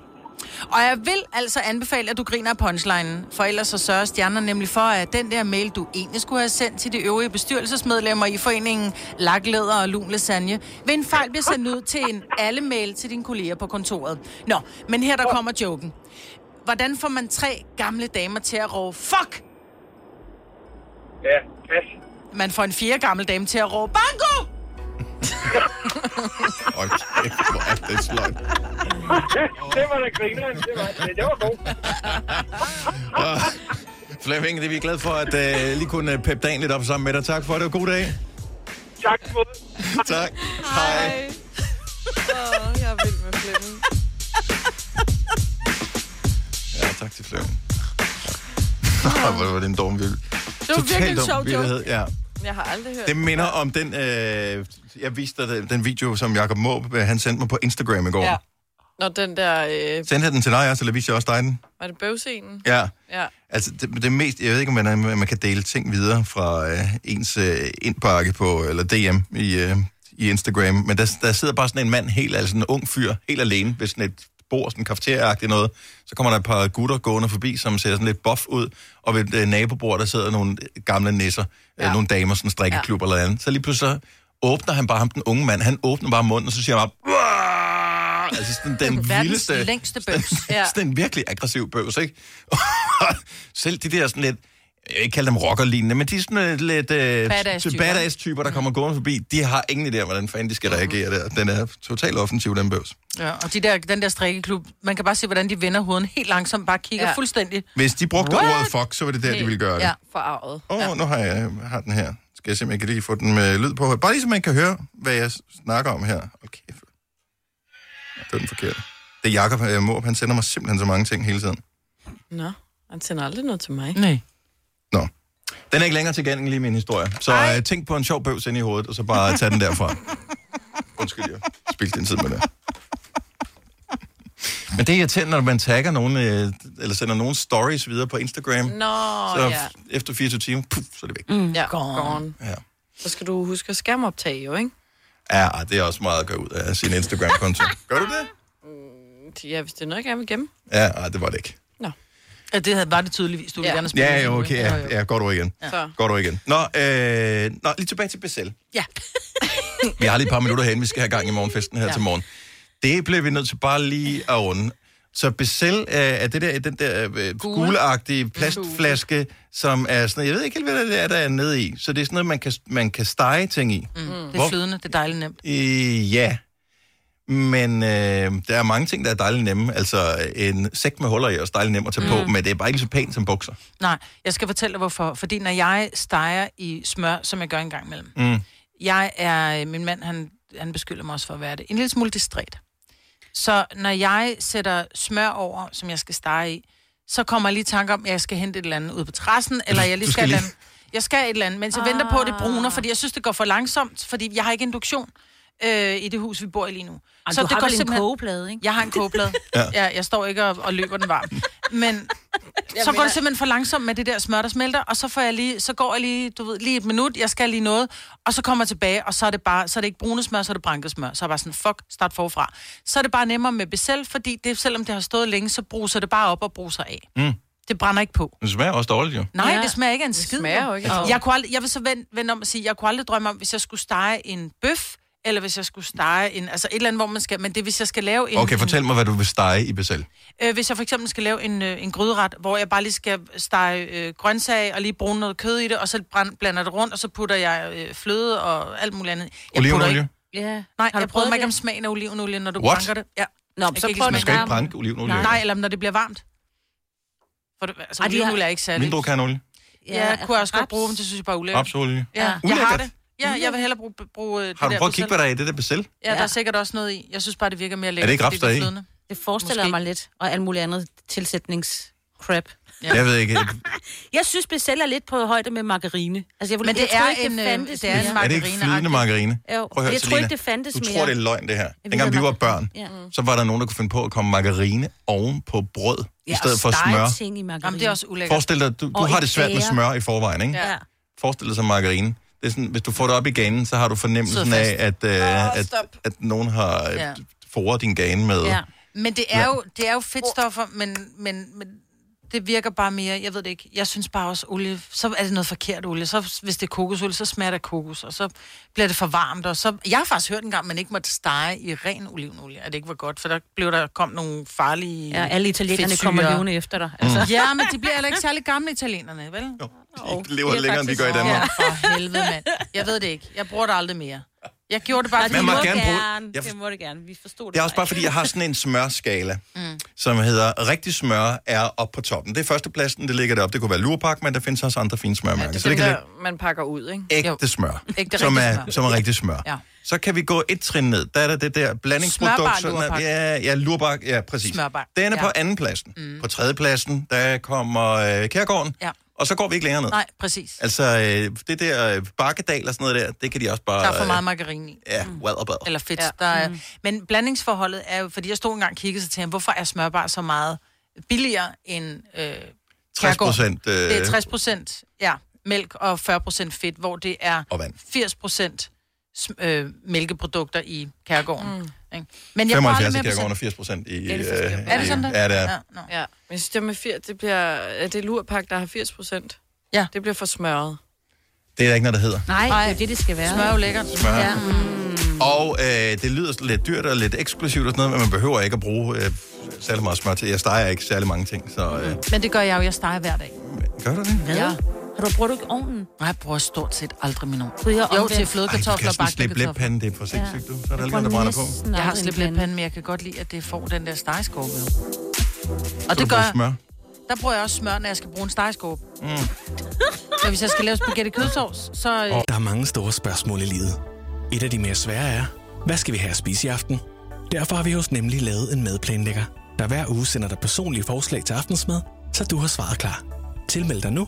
B: Og jeg vil altså anbefale, at du griner af punchlinen, for ellers så sørger stjernerne nemlig for, at den der mail, du egentlig skulle have sendt til de øvrige bestyrelsesmedlemmer i foreningen Lakleder og Lun Lasagne, ved en fejl bliver sendt ud til en alle-mail til dine kolleger på kontoret. Nå, men her der kommer joken. Hvordan får man tre gamle damer til at råbe, fuck,
N: Ja, pas.
B: man får en fjerde gammel dame til at råbe, banko!
A: Okay, hvor er det sløjt.
N: det var da grineren. Det var, det var god.
A: Og Flemming, det er vi glade for, at uh, lige kunne øh, peppe dagen lidt op sammen med dig. Tak for det, og god dag.
L: Tak for
A: tak. Hej.
D: Åh, oh, jeg er vild med Flemming.
A: Ja, tak til Flemming. Ej, Hvor var det en dum vild.
D: Det var virkelig en sjov joke.
A: Ja.
D: Jeg har aldrig hørt
A: Det minder om den, øh, jeg viste dig den, den video, som Jacob Måb, øh, han sendte mig på Instagram i går. Ja.
D: Ja. Når den der... Øh,
A: Sendte jeg den til dig også, eller viste jeg også dig den?
D: var det bøvscenen?
A: Ja.
D: Ja.
A: Altså, det, det mest, jeg ved ikke, om man, man kan dele ting videre fra øh, ens øh, indpakke på, eller DM i, øh, i Instagram, men der, der sidder bare sådan en mand, helt, altså en ung fyr, helt alene ved sådan et bord, sådan kafeteriagtigt noget. Så kommer der et par gutter gående forbi, som ser sådan lidt buff ud, og ved et øh, nabobord, der sidder nogle gamle nisser, ja. øh, nogle damer, sådan en strikkeklub ja. eller andet. Så lige pludselig så åbner han bare ham, den unge mand, han åbner bare munden, og så siger han bare, "Uah!" altså sådan den
B: Verdens
A: vildeste,
B: længste bøvs.
A: ja. sådan en virkelig aggressiv bøvs, ikke? Selv de der sådan lidt, jeg vil ikke kalde dem rockerlignende, men de er sådan øh, lidt øh,
B: Badass-typer.
A: badass-typer, der kommer gående forbi. De har ingen idé om, hvordan fanden de skal
B: Mm-hmm.
A: reagere der. Den er totalt offensiv, den bøvs.
B: Ja, og de der, den der strikkeklub, man kan bare se, hvordan de vender hovedet helt langsomt, bare kigger ja.
D: Ja.
B: fuldstændig.
A: Hvis de brugte
B: What?
A: ordet fuck, så var det der, de ville gøre det.
B: Ja,
D: forarvet.
A: Åh, oh, nu har jeg har den her. Skal jeg se, om jeg kan lige få den med lyd på. Bare lige så man kan høre, hvad jeg snakker om her. Hold kæft. Det er den forkerte. Det er Jacob øh, Måb, han sender mig simpelthen så mange ting hele tiden.
D: Nå, han sender aldrig noget til mig.
B: Nej.
A: Den er ikke længere tilgængelig i min historie. Så øh, tænk på en sjov bøvs inde i hovedet, og så bare tag den derfra. Undskyld, jeg spildte din tid med det. Men det er irriterende, når man tagger nogen, øh, eller sender nogen stories videre på Instagram.
D: Nå,
A: så
D: ja.
A: efter 24 timer, puff, så er det væk.
D: Mm, ja, gone. gone.
A: Ja.
D: Så skal du huske at skærmoptage jo, ikke?
A: Ja, det er også meget at gøre ud af sin Instagram-konto. Gør du det?
D: Ja, hvis det er noget, jeg gerne vil gemme.
A: Ja, nej, det var det ikke.
B: Ja, det havde, var det tydeligvis, du ja. ville gerne spille.
A: Ja, jo, okay. Ja, ja går du igen.
B: Ja. Så.
A: Går du igen. Nå, øh, nå, lige tilbage til Bessel.
B: Ja. Mm.
A: Vi har lige et par minutter hen, vi skal have gang i morgenfesten her
B: Ja.
A: ja. til morgen. Det bliver vi nødt til bare lige at runde. Så Bessel øh, er det der, den der øh, gulagtige plastflaske, som er sådan, jeg ved ikke helt, hvad det er, der er nede i. Så det er sådan noget, man kan, man kan stege ting i.
B: Mm. Det er
A: Hvor-
B: flydende, det er dejligt nemt.
A: Øh, ja. Men øh, der er mange ting, der er dejligt nemme. Altså en sæk med huller i er også dejligt nem at tage mm. på, men det er bare ikke lige så pænt som bukser.
B: Nej, jeg skal fortælle dig hvorfor. Fordi når jeg steger i smør, som jeg gør en gang imellem,
A: Mm.
B: jeg er, øh, min mand, han, han beskylder mig også for at være det, en lille smule distræt. Så når jeg sætter smør over, som jeg skal stege i, så kommer jeg lige i tanke om, at jeg skal hente et eller andet ud på terrassen, eller jeg lige
O: Du
B: skal,
O: skal
B: skal
O: lige-
B: et eller andet. Jeg skal et eller andet, mens jeg ah. venter på, at det bruner, fordi jeg synes, det går for langsomt, fordi jeg har ikke induktion øh, i det hus, vi bor i lige nu.
C: Ej, du har vel en kogeplade,
B: ikke? Jeg har en kogeplade. ja.
C: Ja.
B: ja. jeg står ikke og, og løber den varm. Men så går det simpelthen for langsomt med det der smør, der smelter, og så, får jeg lige, så går jeg lige, du ved, lige et minut, jeg skal lige noget, og så kommer jeg tilbage, og så er det bare, så er det ikke brune smør, så er det branket smør. Så er jeg bare sådan, fuck, start forfra. Så er det bare nemmere med besæl, fordi det, selvom det har stået længe, så bruser det bare op og bruser af.
A: Mm.
B: Det brænder ikke på.
A: Det smager også dårligt, jo.
B: Nej, ja,
D: Ja,
B: det smager ikke af en
D: det
B: skid.
D: smager jo ikke af noget.
B: Jeg, kunne aldrig, jeg vil så vende, vende om og sige, jeg kunne aldrig drømme om, hvis jeg skulle stege en bøf, eller hvis jeg skulle stege en, altså et eller andet, hvor man skal, men det er, hvis jeg skal lave en...
A: Okay, fortæl mig, hvad du vil stege i Bessel.
B: Øh, hvis jeg for eksempel skal lave en, øh, en gryderet, hvor jeg bare lige skal stege øh, grøntsager og lige brune noget kød i det, og så brænd, blander det rundt, og så putter jeg øh, fløde og alt muligt andet. Jeg putter
A: Olivenolie?
C: Ja.
B: ikke-
C: Har
B: Nej,
C: du
B: jeg prøver
C: prøvet
B: mig ikke
C: det?
B: om smagen af olivenolie, når du
A: What?
B: brænker det. Ja.
C: Nå,
B: Jeg
C: så
B: kan ikke
C: prøv
B: smage
A: Man skal ikke
B: det.
A: brænde olivenolie.
B: Nej, nej, eller når det bliver varmt. For det, altså,
C: Ej, de har-
B: olivenolie er ikke særlig.
A: Mindre kanolie.
B: Ja, jeg kunne jeg også godt bruge dem, det synes jeg bare er ulækkert.
A: Rapsolie.
B: Ja, jeg har
A: Ulækkert.
B: det. Ja, jeg vil hellere bruge, bruge øh, det
A: Har du
B: der
A: prøvet at kigge,
B: Bruxelles.
A: hvad der er i det der Bessel?
B: Ja, der er sikkert også noget i. Jeg synes bare, det virker mere lækkert.
A: ikke
B: fordi
A: raps, der er i?
B: flydende.
C: Det forestiller Måske.
B: Måske.
C: mig lidt, og alt muligt andet tilsætningscrap.
A: Ja. Jeg ved ikke.
C: Jeg synes, Bessel er lidt på højde med margarine. Altså, jeg vil,
B: Men det
C: jeg tror
B: er
C: ikke,
B: en,
C: det
B: øh,
C: fandtes
B: det er en
C: mere.
A: Er det ikke flydende margarine?
C: Jo,
A: Prøv at høre,
C: jeg tror
A: Selina,
C: ikke, det fandtes
A: Du
C: mere.
A: tror, det er løg, det her.
C: vi
A: Dengang vi
C: havde
A: var
C: mar-
A: børn,
C: Ja.
A: så var der nogen, der kunne finde på at komme margarine oven på brød, i stedet for smør.
C: ting i margarine.
B: Jamen, det er også ulækkert.
A: Forestil dig, du, du har det svært med smør i forvejen, ikke?
B: Ja.
A: Forestil dig så margarine. Det er sådan, hvis du får det op i ganen, så har du fornemmelsen
B: Sidder
A: af,
B: fast.
A: at, øh,
B: Åh,
A: at,
B: stop.
A: at nogen har
B: Ja.
A: ja. foret din gane med.
B: Ja.
A: øh, Ja.
B: Men det er, jo, det er jo fedtstoffer, men, men, men det virker bare mere, jeg ved det ikke, jeg synes bare også olie, så er det noget forkert olie, så hvis det er kokosolie, så smager det af kokos, og så bliver det for varmt, og så, jeg har faktisk hørt engang, at man ikke måtte stege i ren olivenolie, at det ikke var godt, for der blev der kom nogle farlige
C: Ja, alle italienerne
B: fedtsyrer.
C: kommer levende efter dig.
A: Mm.
B: Altså. Ja, men de bliver heller ikke særlig gamle italienerne, vel? Jo,
A: De lever længere, end vi gør i Danmark.
B: Ja, for helvede, mand. Jeg ved det ikke. Jeg bruger det aldrig mere. Jeg gjorde det bare,
A: Man må gerne bruge- Jeg for-
C: Det må det gerne. Vi forstod det.
A: Det er også bare, fordi jeg har sådan en smørskala,
C: Mm.
A: som hedder rigtig smør er op på toppen. Det er førstepladsen, det ligger deroppe. Det kunne være lurpak, men der findes også andre fine smørmærker.
D: Det
A: så
D: er
A: det
D: dem,
A: kan
D: der,
A: ligge
D: man pakker ud, ikke?
A: ægte smør,
D: Ægte
A: som,
D: rigtig
A: er,
D: smør.
A: som er rigtig smør.
D: Ja.
A: Så kan vi gå et trin ned. Der er der det der blandingsprodukter.
D: Smørbar lurpak.
A: Ja, ja, lurpak. Ja, præcis.
D: Smørbar,
A: Den er
D: ja.
A: på andenpladsen. Mm. På tredjepladsen, der kommer øh, Kærgården.
B: Ja.
A: Og så går vi ikke længere ned.
B: Nej, præcis.
A: Altså, øh, det der øh, bakkedal og sådan noget der, det kan de også bare...
B: Der er for meget margarine i.
A: Øh, ja, wadderbad.
B: Eller fedt. Ja. Der er, men blandingsforholdet er jo, fordi jeg stod engang og kiggede sig til ham, hvorfor er smørbar så meget billigere end øh,
A: 60
B: Kærgård?
A: procent, øh,
B: Det er 60 procent, ja, mælk og 40 procent fedt, hvor det er 80 procent øh, mælkeprodukter i kærgården. Mm. Men jeg prøver
A: 75
B: aldrig mere
A: i
B: på
A: Kærgården
B: sådan-
A: og 80 procent i...
B: Ja, det
A: øh,
B: Er det sådan
A: i-
B: det?
A: Ja, det er.
B: no.
D: ja. Men jeg synes, det med 80, det bliver... Er det lurpak, der har 80 procent?
B: Ja.
D: Det bliver for smørret.
A: Det er der ikke noget, der hedder.
C: Nej, det er jo det, det skal være.
B: Smør er jo lækkert.
A: Smør. Ja. Og øh, det lyder sådan lidt dyrt og lidt eksklusivt og sådan noget, men man behøver ikke at bruge øh, særlig meget smør til. Jeg steger ikke særlig mange ting, så... Øh,
B: Men det gør jeg jo, jeg steger hver dag.
A: gør du det?
B: Hvad? Ja.
C: Har du brugt ikke ovnen?
B: Nej, jeg bruger stort set aldrig min ovn.
C: Gud, jeg
B: Jo,
C: omvendt.
B: til
A: Ej, du
B: flødekartofler
A: kan
B: og
A: sådan slippe
B: bagte
A: læbpanden, det er for sindssygt, du. Så er der alt,
B: bruger
A: der brænder på.
B: næsten Jeg har slippet lidt pande, men jeg kan godt lide, at det får den der stegeskorpe. jo. Og
A: du
B: det gør
A: bruger smør?
B: jeg. Der bruger jeg også smør, når jeg skal bruge en stegeskåbe.
O: Mm.
B: Men hvis jeg skal lave spaghetti kødsovs, så... Øh,
O: Og der er mange store spørgsmål i livet. Et af de mere svære er, hvad skal vi have at spise i aften? Derfor har vi hos Nemlig lavet en madplanlægger, der hver uge sender dig personlige forslag til aftensmad, så du har svaret klar. Tilmeld dig nu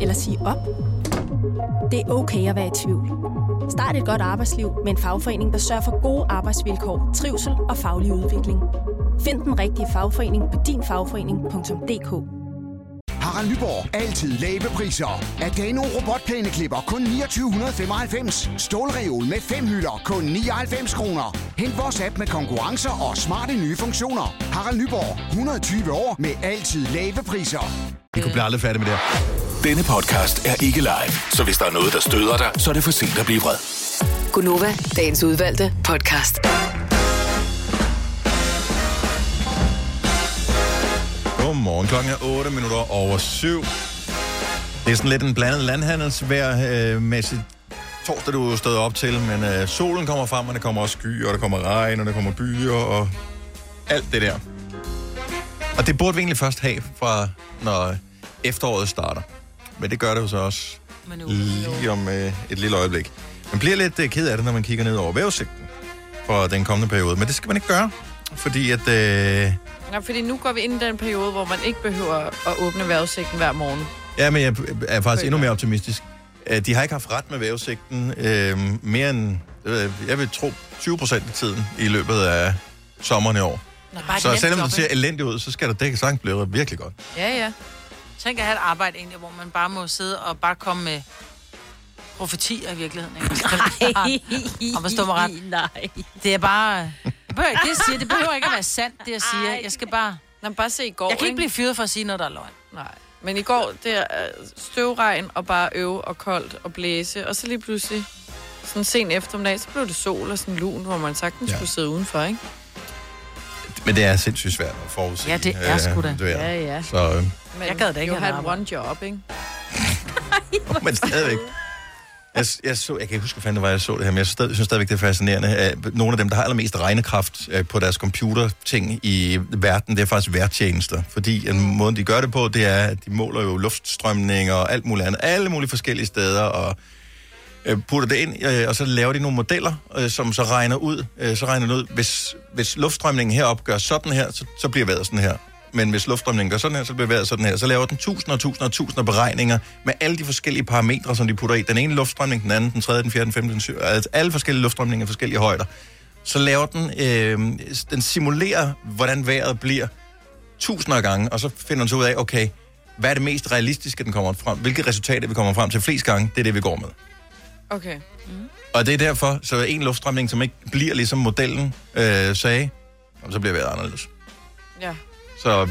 P: Eller sige op? Det er okay at være i tvivl. Start et godt arbejdsliv med en fagforening, der sørger for gode arbejdsvilkår, trivsel og faglig udvikling. Find den rigtige fagforening på dinfagforening.dk.
Q: Harald Nyborg. Altid lave priser. Adano robotplæneklipper kun 2995. Stålreol med fem hylder kun 99 kroner. Hent vores app med konkurrencer og smarte nye funktioner. Harald Nyborg. 120 år med altid lave priser.
A: Vi kunne blive aldrig færdige med det her.
F: Denne podcast er ikke live, så hvis der er noget, der støder dig, så er det for sent at blive vred.
E: Gunova, dagens udvalgte podcast.
A: Godmorgen. Klokken er 8 minutter over 7. Det er sådan lidt en blandet landhandelsvejrmæssigt torsdag, du er stået op til, men øh, solen kommer frem, og der kommer også skyer, og der kommer regn, og der kommer byer, og alt det der. Og det burde vi egentlig først have, fra når efteråret starter. Men det gør det jo så også lige om øh, et lille øjeblik. Man bliver lidt øh, ked af det, når man kigger ned over vævesigten for den kommende periode, men det skal man ikke gøre, fordi at... Øh,
D: Ja, fordi nu går vi ind i den periode, hvor man ikke behøver at åbne vejrudsigten hver morgen.
A: Ja, men jeg er faktisk endnu mere optimistisk. Øh, De har ikke haft ret med vævesigten øh, mere end, det ved jeg jeg vil tro, 20 procent af tiden i løbet af sommeren i år.
B: Nå, bare et
A: så
B: nemt
A: selvom
B: job,
A: det ser
B: ikke?
A: elendigt ud, så skal der dække sang blive virkelig godt.
B: Ja, ja. Tænk at have et arbejde egentlig, hvor man bare må sidde og bare komme med profetier i virkeligheden. Altså, Nej. Og forstå mig ret.
C: Nej.
B: Det er bare... Det behøver, ikke- det, jeg siger, det behøver ikke at være sandt, det jeg siger. Jeg skal bare...
D: Nå, bare se i går,
B: Jeg kan ikke
D: ikke?
B: blive fyret for at sige noget, der er løgn.
D: Nej. Men i går, det er øh, støvregn og bare øve og koldt og blæse, og så lige pludselig sådan sen eftermiddag, så blev det sol og sådan lun, hvor man sagtens ja. skulle sidde udenfor, ikke?
A: Men det er sindssygt svært at forudse.
D: Ja, det er sgu da.
A: øh, det er.
D: Ja, ja.
A: Så, øh,
D: Men jeg gad da ikke
B: at
D: have
B: have
D: et one job, ikke?
A: men stadigvæk. Jeg, jeg, så, jeg kan ikke huske, hvor fanden det var, jeg så det her, men jeg stadig, synes stadigvæk, det er fascinerende. at Nogle af dem, der har allermest regnekraft øh, på deres computerting i verden, det er faktisk værtjenester. Fordi en måde, de gør det på, det er, at de måler jo luftstrømning og alt muligt andet. Alle mulige forskellige steder, og øh, putter det ind, øh, og så laver de nogle modeller, øh, som så regner ud. Øh, så regner det ud, hvis, hvis luftstrømningen herop gør sådan her, så, så bliver vejret sådan her. Men hvis luftstrømningen gør sådan her, så bliver vejret sådan her. Så laver den tusinder og tusinder og tusinder af beregninger med alle de forskellige parametre, som de putter i. Den ene luftstrømning, den anden, den tredje, den fjerde, den femte, den syvende. Altså alle forskellige luftstrømninger i forskellige højder. Så laver den, øh, den simulerer, hvordan vejret bliver tusinder af gange, og så finder den så ud af, okay, hvad er det mest realistiske, den kommer frem? Hvilke resultater, vi kommer frem til flest gange, det er det, vi går med.
D: Okay.
A: Og det er derfor, så en luftstrømning, som ikke bliver ligesom modellen øh, sagde, jamen, så bliver vejret anderledes.
D: Ja.
A: Så,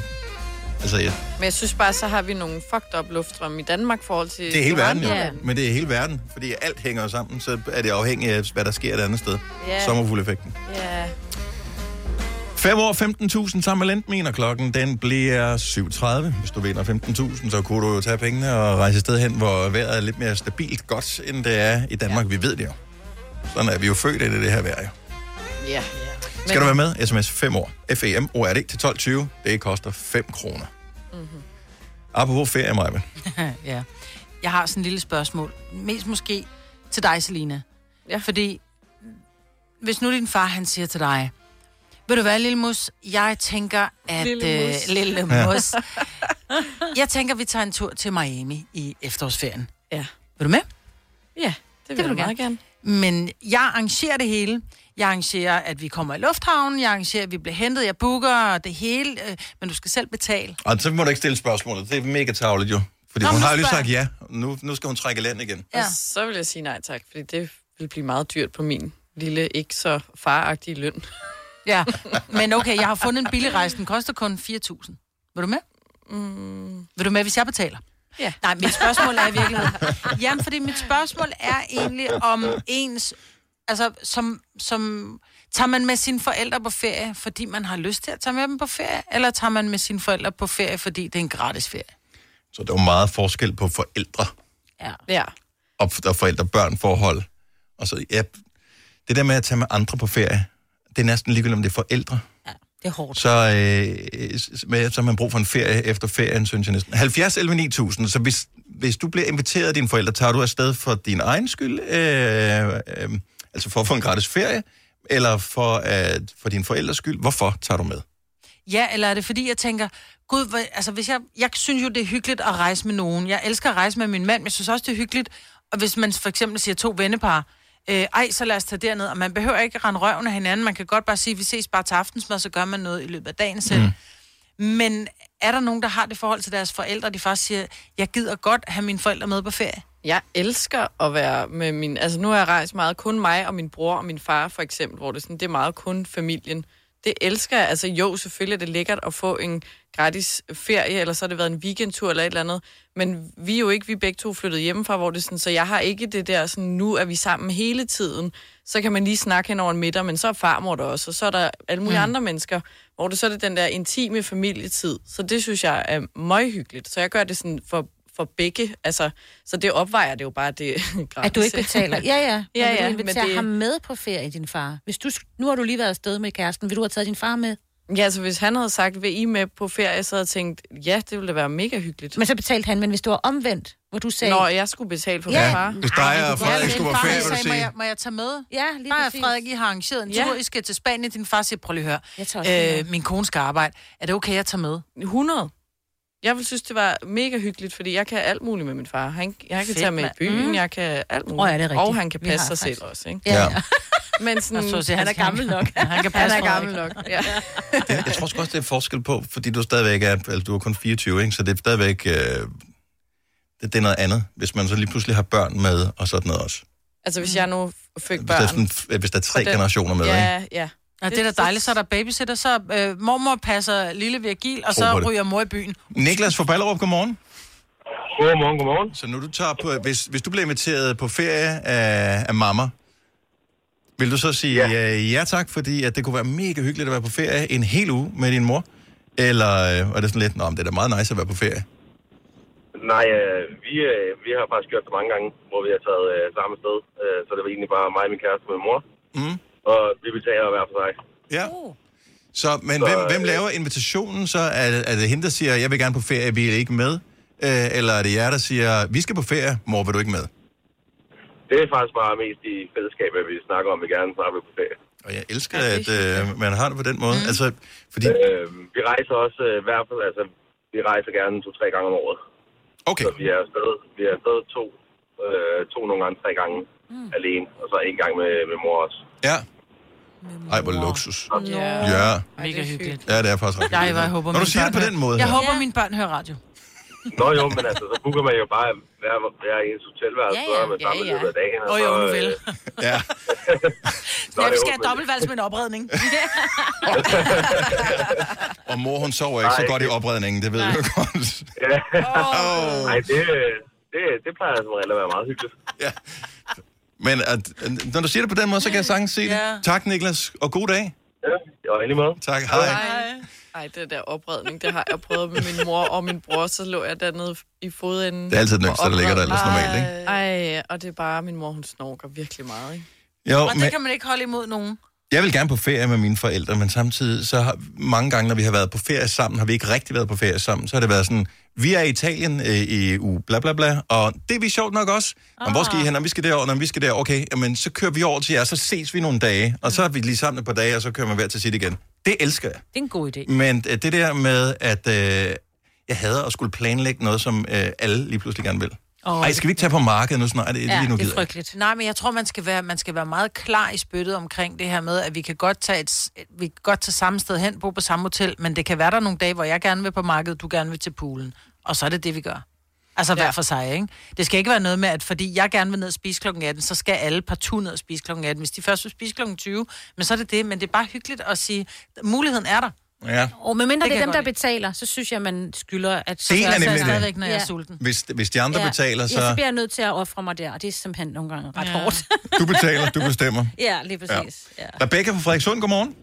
A: altså, ja,
D: Men jeg synes bare, så har vi nogle fucked up luftstrømme i Danmark i forhold til...
A: det er hele
D: nogle
A: verden jo.
D: andre
A: Ja.
D: lande.
A: Men det er hele verden, fordi alt hænger jo sammen, så er det afhængigt af, hvad der sker et andet sted.
D: Ja.
A: Yeah. Sommerfugleffekten.
D: Ja.
A: 5 år 15.000 sammen med Lentmin, og klokken den bliver 7.30. Hvis du vinder 15.000, så kunne du jo tage pengene og rejse et sted hen, hvor vejret er lidt mere stabilt godt, end det er i Danmark. Ja. Vi ved det jo. Sådan er vi jo født ind i det her vejr, jo.
D: Ja.
A: Skal du være med? SMS 5 år. FEM ORD E til 12.20. Det koster 5 kroner. Mm-hmm. Apropos ferie, Maja.
B: ja. Jeg har sådan et lille spørgsmål. Mest måske til dig, Selina.
D: Ja.
B: Fordi, hvis nu din far, han siger til dig, ved du hvad, lille mus, jeg tænker, at...
D: Lille mus."
B: Øh, lille
D: Ja.
B: mus. jeg tænker, vi tager en tur til Miami i efterårsferien.
D: Ja.
B: Vil du med?
D: Ja, det vil, det vil jeg meget gerne.
B: Men jeg arrangerer det hele. Jeg arrangerer, at vi kommer i lufthavnen. Jeg arrangerer, at vi bliver hentet. Jeg booker det hele. øh, Men du skal selv betale.
A: Og så må du ikke stille spørgsmålet. Det er mega tavligt jo. Fordi
B: Nå,
A: Nå, hun
B: men
A: har
B: nu
A: jo lige
B: spørger
A: sagt ja. Nu, nu skal hun trække i land igen.
D: Ja. Og så vil jeg sige nej tak, fordi det vil blive meget dyrt på min lille, ikke så faragtige løn.
B: Ja, men okay, jeg har fundet en billig rejse. Den koster kun 4.000. Vil du med? Mm. Vil du med, hvis jeg betaler? Ja. Nej, mit spørgsmål er i virkeligheden... Jamen, fordi mit spørgsmål er egentlig om ens... Altså, som, som... Tager man med sine forældre på ferie, fordi man har lyst til at tage med dem på ferie? Eller tager man med sine forældre på ferie, fordi det er en gratis ferie?
A: Så der er jo meget forskel på forældre
B: Ja. ja.
A: og, og forældre-børn-forhold. Og så, ja, det der med at tage med andre på ferie, det er næsten ligegyldigt, om det er forældre.
C: Det er hårdt.
A: Så, øh, s- med, så har man brug for en ferie efter ferien, synes jeg næsten. 70 11 9000, så hvis, hvis du bliver inviteret af dine forældre, tager du afsted for din egen skyld, øh, øh, altså for at få en gratis ferie, eller for, øh, for din forældres skyld, hvorfor tager du med?
B: Ja, eller er det fordi, jeg tænker, gud, hvor, altså hvis jeg, jeg synes jo, det er hyggeligt at rejse med nogen. Jeg elsker at rejse med min mand, men jeg synes også, det er hyggeligt. Og hvis man for eksempel siger to vennepar, øh, ej, så lad os tage derned, og man behøver ikke rende røven af hinanden. Man kan godt bare sige, vi ses bare til aftensmad, så gør man noget i løbet af dagen selv. Mm. Men er der nogen, der har det forhold til deres forældre, de faktisk siger, jeg gider godt have mine forældre med på ferie?
D: Jeg elsker at være med min... Altså, nu har jeg rejst meget kun mig og min bror og min far, for eksempel, hvor det er, sådan, det er meget kun familien. Det elsker jeg. Altså, jo, selvfølgelig er det lækkert at få en gratis ferie, eller så har det været en weekendtur eller et eller andet. Men vi er jo ikke, vi er begge to flyttet hjemmefra, hvor det er sådan, så jeg har ikke det der sådan, nu er vi sammen hele tiden. Så kan man lige snakke hen over en middag, men så er farmor der også, og så er der alle mulige mm. andre mennesker, hvor det så er det den der intime familietid. Så det synes jeg er møghyggeligt. Så jeg gør det sådan for for begge. Altså, så det opvejer det jo bare, at det er gratis.
R: At du ikke betaler. Ja, ja. Men
D: ja,
R: vil
D: ja
R: du inviterer ham med på ferie, din far. Hvis du, sk- nu har du lige været afsted med kæresten. Vil du have taget din far med?
D: Ja, altså hvis han havde sagt, vil I med på ferie, så havde jeg tænkt, ja, det ville da være mega hyggeligt.
R: Men så betalte han, men hvis du var omvendt, hvor du sagde...
D: Når jeg skulle betale for
R: Ja.
D: min far.
A: Hvis dig og Frederik skulle være ferie, vil du
B: Må
A: sige,
B: jeg, må jeg tage med?
R: Ja, lige
B: Nej, Frederik, I har arrangeret en
D: Ja.
B: tur, I skal til Spanien. Din far siger, prøv lige at høre, Øh,
R: jeg
D: tager også lige med."
B: min kone skal arbejde. Er det okay, jeg tager med?
D: 100. Jeg vil synes, det var mega hyggeligt, fordi jeg kan alt muligt med min far. Han, jeg kan
B: Fedt,
D: tage med i
B: mand.
D: byen,
B: Mm.
D: jeg kan alt muligt.
B: Åh, ja, det er rigtigt.
D: og han kan
B: Vi har
D: passe sig
B: faktisk-
D: selv også, ikke?
B: Ja. Ja.
D: Men sådan,
B: Jeg så at sige, han
D: han, er
B: skal-
D: gammel nok.
B: Han kan passe
D: Han er gammel nok,
B: Frederik.
D: ja.
A: jeg, jeg tror sgu også, det er forskel på, fordi du stadigvæk er, altså, du er kun 24, ikke? så det er stadigvæk, øh, det, det er noget andet, hvis man så lige pludselig har børn med, og sådan noget også.
D: Altså, hvis
B: Mm.
D: jeg nu fik
A: Hvis der er,
D: børn.
A: sådan, f- hvis der er tre
D: Og den-
A: generationer med, ikke?
D: Ja, ja.
B: Ja, det er da dejligt, så er der babysitter, så øh, mormor passer lille Virgil, og
A: Tro
B: så
A: på det.
B: ryger mor i byen.
A: Niklas fra Ballerup, godmorgen.
M: Godmorgen, godmorgen.
A: Så når du tager på, hvis, hvis du bliver inviteret på ferie af, af mamma, vil du så sige ja. Øh, ja tak, fordi at det kunne være mega hyggeligt at være på ferie en hel uge med din mor? Eller øh, er det sådan lidt, nå, men det er da meget nice at være på ferie?
M: Nej, øh, vi, øh, vi har faktisk gjort det mange gange, hvor vi har taget øh, samme sted. Øh, så det var egentlig bare mig og min kæreste og min mor.
A: Mm.
M: Og vi betaler hver for sig.
A: Ja. Så, men så, hvem, hvem laver invitationen så? Er, det- er det hende, der siger, jeg vil gerne på ferie, vi er ikke med? Øh, eller er det jer, der siger, vi skal på ferie, mor, vil du ikke med?
M: Det er faktisk bare mest i fællesskab, at vi snakker om, at vi gerne tager på ferie.
A: Og jeg elsker, at øh, man har det på den måde. Mm. Altså, fordi...
M: Øh, vi rejser også øh, i hvert fald, altså, vi rejser gerne to-tre gange om året.
A: Okay.
M: Så vi er afsted, vi er afsted to, øh, to nogle gange, tre gange mm. alene, og så en gang med, med mor også.
A: Ja. Ej, hvor luksus.
B: Ja.
A: Ja.
B: Mega hyggeligt.
A: Ja, det er faktisk ret
B: Jeg,
A: hyggeligt.
B: jeg håber,
A: Når du
B: mine
A: siger det
B: børn
A: på den
B: hører-
A: måde
B: Jeg
A: her.
B: håber, mine børn hører radio.
M: Nå jo, men altså, så booker man jo bare hver, hver ens hotelværelse,
B: Ja,
M: ja,
B: ja.
M: ja, så er man
B: Ja,
M: sammen i
B: ja.
M: løbet af dagen. øh,
B: Åh, jo, nu vel.
A: ja.
M: Nå,
B: Ja, vi
M: jo,
B: skal have
M: men-
B: dobbeltvalgs med en opredning.
A: Og mor, hun sover ikke så
M: Nej,
A: godt i opredningen, det ved jeg jo godt.
M: Ja. Oh. Ej, det, det, det plejer som regel at være meget hyggeligt.
A: Ja. Men at, at- når du siger det på den måde, så kan jeg sagtens se det.
D: Ja.
A: Tak, Niklas, og god dag.
M: Ja, og lige måde.
A: Tak, hej.
D: Ej, det der opredning, det har jeg prøvet med min mor og min bror, så lå jeg dernede i fodenden.
A: Det er altid den
D: og
A: yngste, der ligger der ellers
D: opredning.
A: normalt, ikke?
D: Ej, og det er bare, min mor, hun snorker virkelig meget, ikke?
A: Jo,
B: Og
A: men
B: det kan man ikke holde imod nogen.
A: jeg vil gerne på ferie med mine forældre, men samtidig så har mange gange, når vi har været på ferie sammen, har vi ikke rigtig været på ferie sammen, så har det været sådan, vi er i Italien øh, i uge bla bla bla, og det er vi sjovt nok også. Ah. Hvor skal I hen? Om vi skal derover, når vi skal der, okay, men så kører vi over til jer, så ses vi nogle dage, og så er vi lige sammen et par dage, og så kører man hver til sit igen. Det elsker jeg.
R: Det er en god idé.
A: Men øh, det der med, at øh, jeg hader at skulle planlægge noget, som øh, alle lige pludselig gerne vil. Oh,
B: Åh,
A: Ej, skal vi ikke tage på markedet nu? Sådan, nej, det, lige nu gider jeg ikke.
R: frygteligt.
B: Nej, men jeg tror, man skal, være, man skal være meget klar i spyttet omkring det her med, at vi kan godt tage, et, vi kan godt tage samme sted hen, bo på samme hotel, men det kan være der nogle dage, hvor jeg gerne vil på markedet, du gerne vil til poolen. Og så er det det, vi gør. Altså hver for sig, ikke? Det skal ikke være noget med, at fordi jeg gerne vil ned og spise kl. 18, så skal alle partout ned og spise kl. 18. Hvis de først vil spise kl. 20, men så er det det. Men det er bare hyggeligt at sige, muligheden er der.
A: Ja.
R: Og medmindre
C: Det
R: det, det
C: kan
R: er
C: jeg
R: dem, der
C: godt
R: betaler, så synes jeg, man skylder at
A: Det er
R: sørge for,
A: nemlig
R: at
A: det.
R: stadigvæk, når jeg er
C: Ja.
R: sulten.
A: Hvis, hvis de andre ja. betaler,
R: Ja, så
A: så
R: bliver jeg nødt til at ofre mig der, og det er simpelthen nogle gange ret
C: Ja.
R: ja. hårdt.
A: du betaler, du bestemmer.
R: ja, lige præcis. Ja.
A: Ja. Rebecca fra Frederikssund, godmorgen.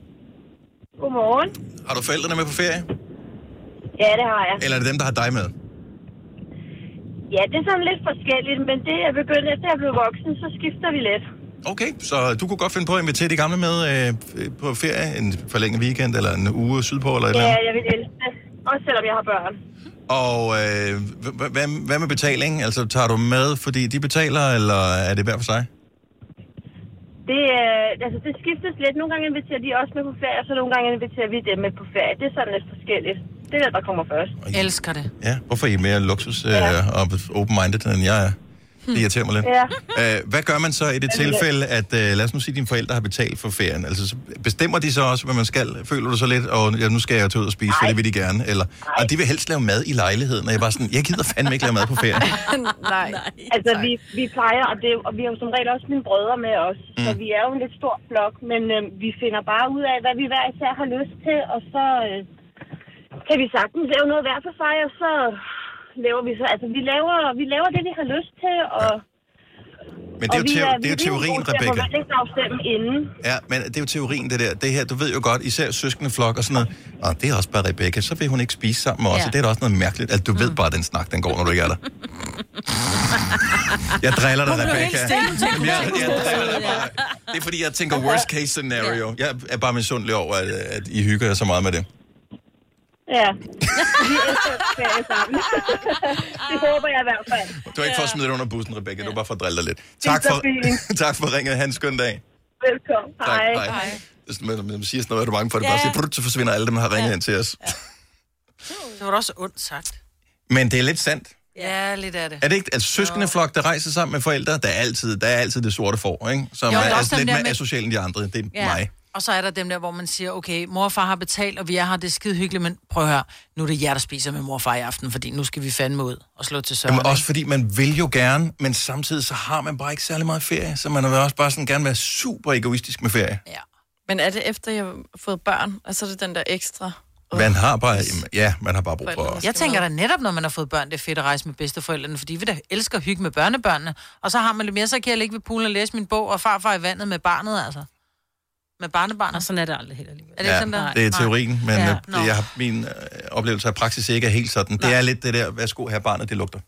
S: Godmorgen.
A: Har du forældrene med på ferie?
S: Ja, det har jeg.
A: Eller er det dem, der har dig med?
S: Ja, det er sådan lidt forskelligt, men det er begyndt efter jeg blev voksen, så skifter vi lidt.
A: Okay, så du kunne godt finde på at invitere de gamle med øh, på ferie en forlænget weekend, eller en uge sydpå, eller et eller
S: Ja,
A: andet.
S: jeg vil elske det. Også selvom jeg har børn.
A: Og øh, h- h- hvad, hvad med betaling? Altså, tager du med, fordi de betaler, eller er det hver for sig?
S: Det, øh, altså, det skiftes lidt. Nogle gange inviterer de også med på ferie, og så nogle gange inviterer vi dem med på ferie. Det er sådan lidt forskelligt. Det er det, der kommer først.
B: Elsker det.
A: Ja, hvorfor er I mere luksus øh, og open-minded, end jeg er?
S: Hmm.
A: Det irriterer mig lidt. Ja. Øh, hvad gør man så i det tilfælde, at øh, lad os nu sige, at dine forældre har betalt for ferien? Altså, så bestemmer de så også, hvad man skal? Føler du så lidt, og ja, nu skal jeg jo tage ud og spise, for det vil de gerne? Eller, og de vil helst lave mad i lejligheden, og jeg er bare sådan, jeg gider fandme ikke lave mad på ferie.
S: nej. Altså, vi, vi plejer, og, det, og vi har jo som regel også mine brødre med os, mm. så
A: Mm.
S: vi er jo en lidt stor flok, men øh, vi finder bare ud af, hvad vi hver især har lyst til, og så øh, kan vi sagtens lave noget hver for sig, og så laver vi så, altså vi laver, vi laver det, vi har lyst til, og...
A: Men det er
S: og
A: jo,
S: vi
A: teo- det
S: vi
A: er jo
S: rimelig gode
A: teorien,
S: til at
A: Rebecca.
S: forventningsafstemme inden.
A: Ja, men det er jo teorien, det der. Det her, du ved jo godt, især søskendeflok og sådan noget. Og det er også bare Rebecca, så vil hun ikke spise sammen med os,
S: Ja.
A: ja. og det er da også noget mærkeligt. Altså, du ved bare, den snak, den går, når du ikke er der. Jeg driller dig,
J: Hun blev helt
A: Rebecca.
J: stille. Hun tænkte,
A: Jamen, jeg,
J: hun
A: jeg
J: tænkte, hun
A: driller dig
J: tænkte.
A: bare. Det er fordi, jeg tænker worst case scenario. Jeg er bare misundelig over, at, at I hygger jer så meget med det.
S: Ja. Vi elsker ferie sammen. det håber jeg i hvert fald.
A: Du er ikke for at smide det under bussen, Rebecca. Du er bare for at drille dig lidt.
S: er
A: Tak
S: så
A: for, tak for ringet. Ha' en skøn dag.
S: Velkommen.
A: Tak,
S: Hej.
A: hej.
S: Hej.
A: Hvis man, man siger sådan noget, er du bange for det. Bare siger, "Prut", så forsvinder alle dem, der har ringet ind til os.
B: Det var da også ondt sagt.
A: Men det er lidt sandt.
B: Ja, lidt af det.
A: Er det ikke, at søskendeflok, der rejser sammen med forældre, der er altid, der er altid det sorte får, ikke? Som
B: Jo,
A: jo,
B: det
A: er
B: er også
A: altså
B: dem
A: lidt
B: der
A: mere
B: med-
A: asocial end de andre. Det er ja. mig.
B: Og så er der dem der, hvor man siger, okay, mor og far har betalt, og vi er her, det er skide hyggeligt, men prøv at høre, nu er det jer, der spiser med mor og far i aften, fordi nu skal vi fandme ud og slå til søren.
A: Jamen, også fordi man vil jo gerne, men samtidig så har man bare ikke særlig meget ferie, så man vil også bare sådan gerne være super egoistisk med ferie.
D: Men er det efter, jeg har fået børn, Altså, og så er det den der ekstra?
A: Man har bare, jamen, ja, man har bare brug for...
B: Jeg tænker da netop, når man har fået børn, det er fedt at rejse med bedsteforældrene, fordi vi da elsker at hygge med børnebørnene. Og så har man lidt mere, så kan jeg ligge ved poolen og læse min bog, og farfar i vandet med barnet, altså. Med barnebarnet. Og
R: sådan er det aldrig heller alligevel.
B: Er det ja, sådan, der?
A: det er teorien, men ja,
B: nå.
A: det, jeg har, min øh, oplevelse af praksis ikke er helt sådan. Det er lidt det der, værsgo her barnet, det lugter.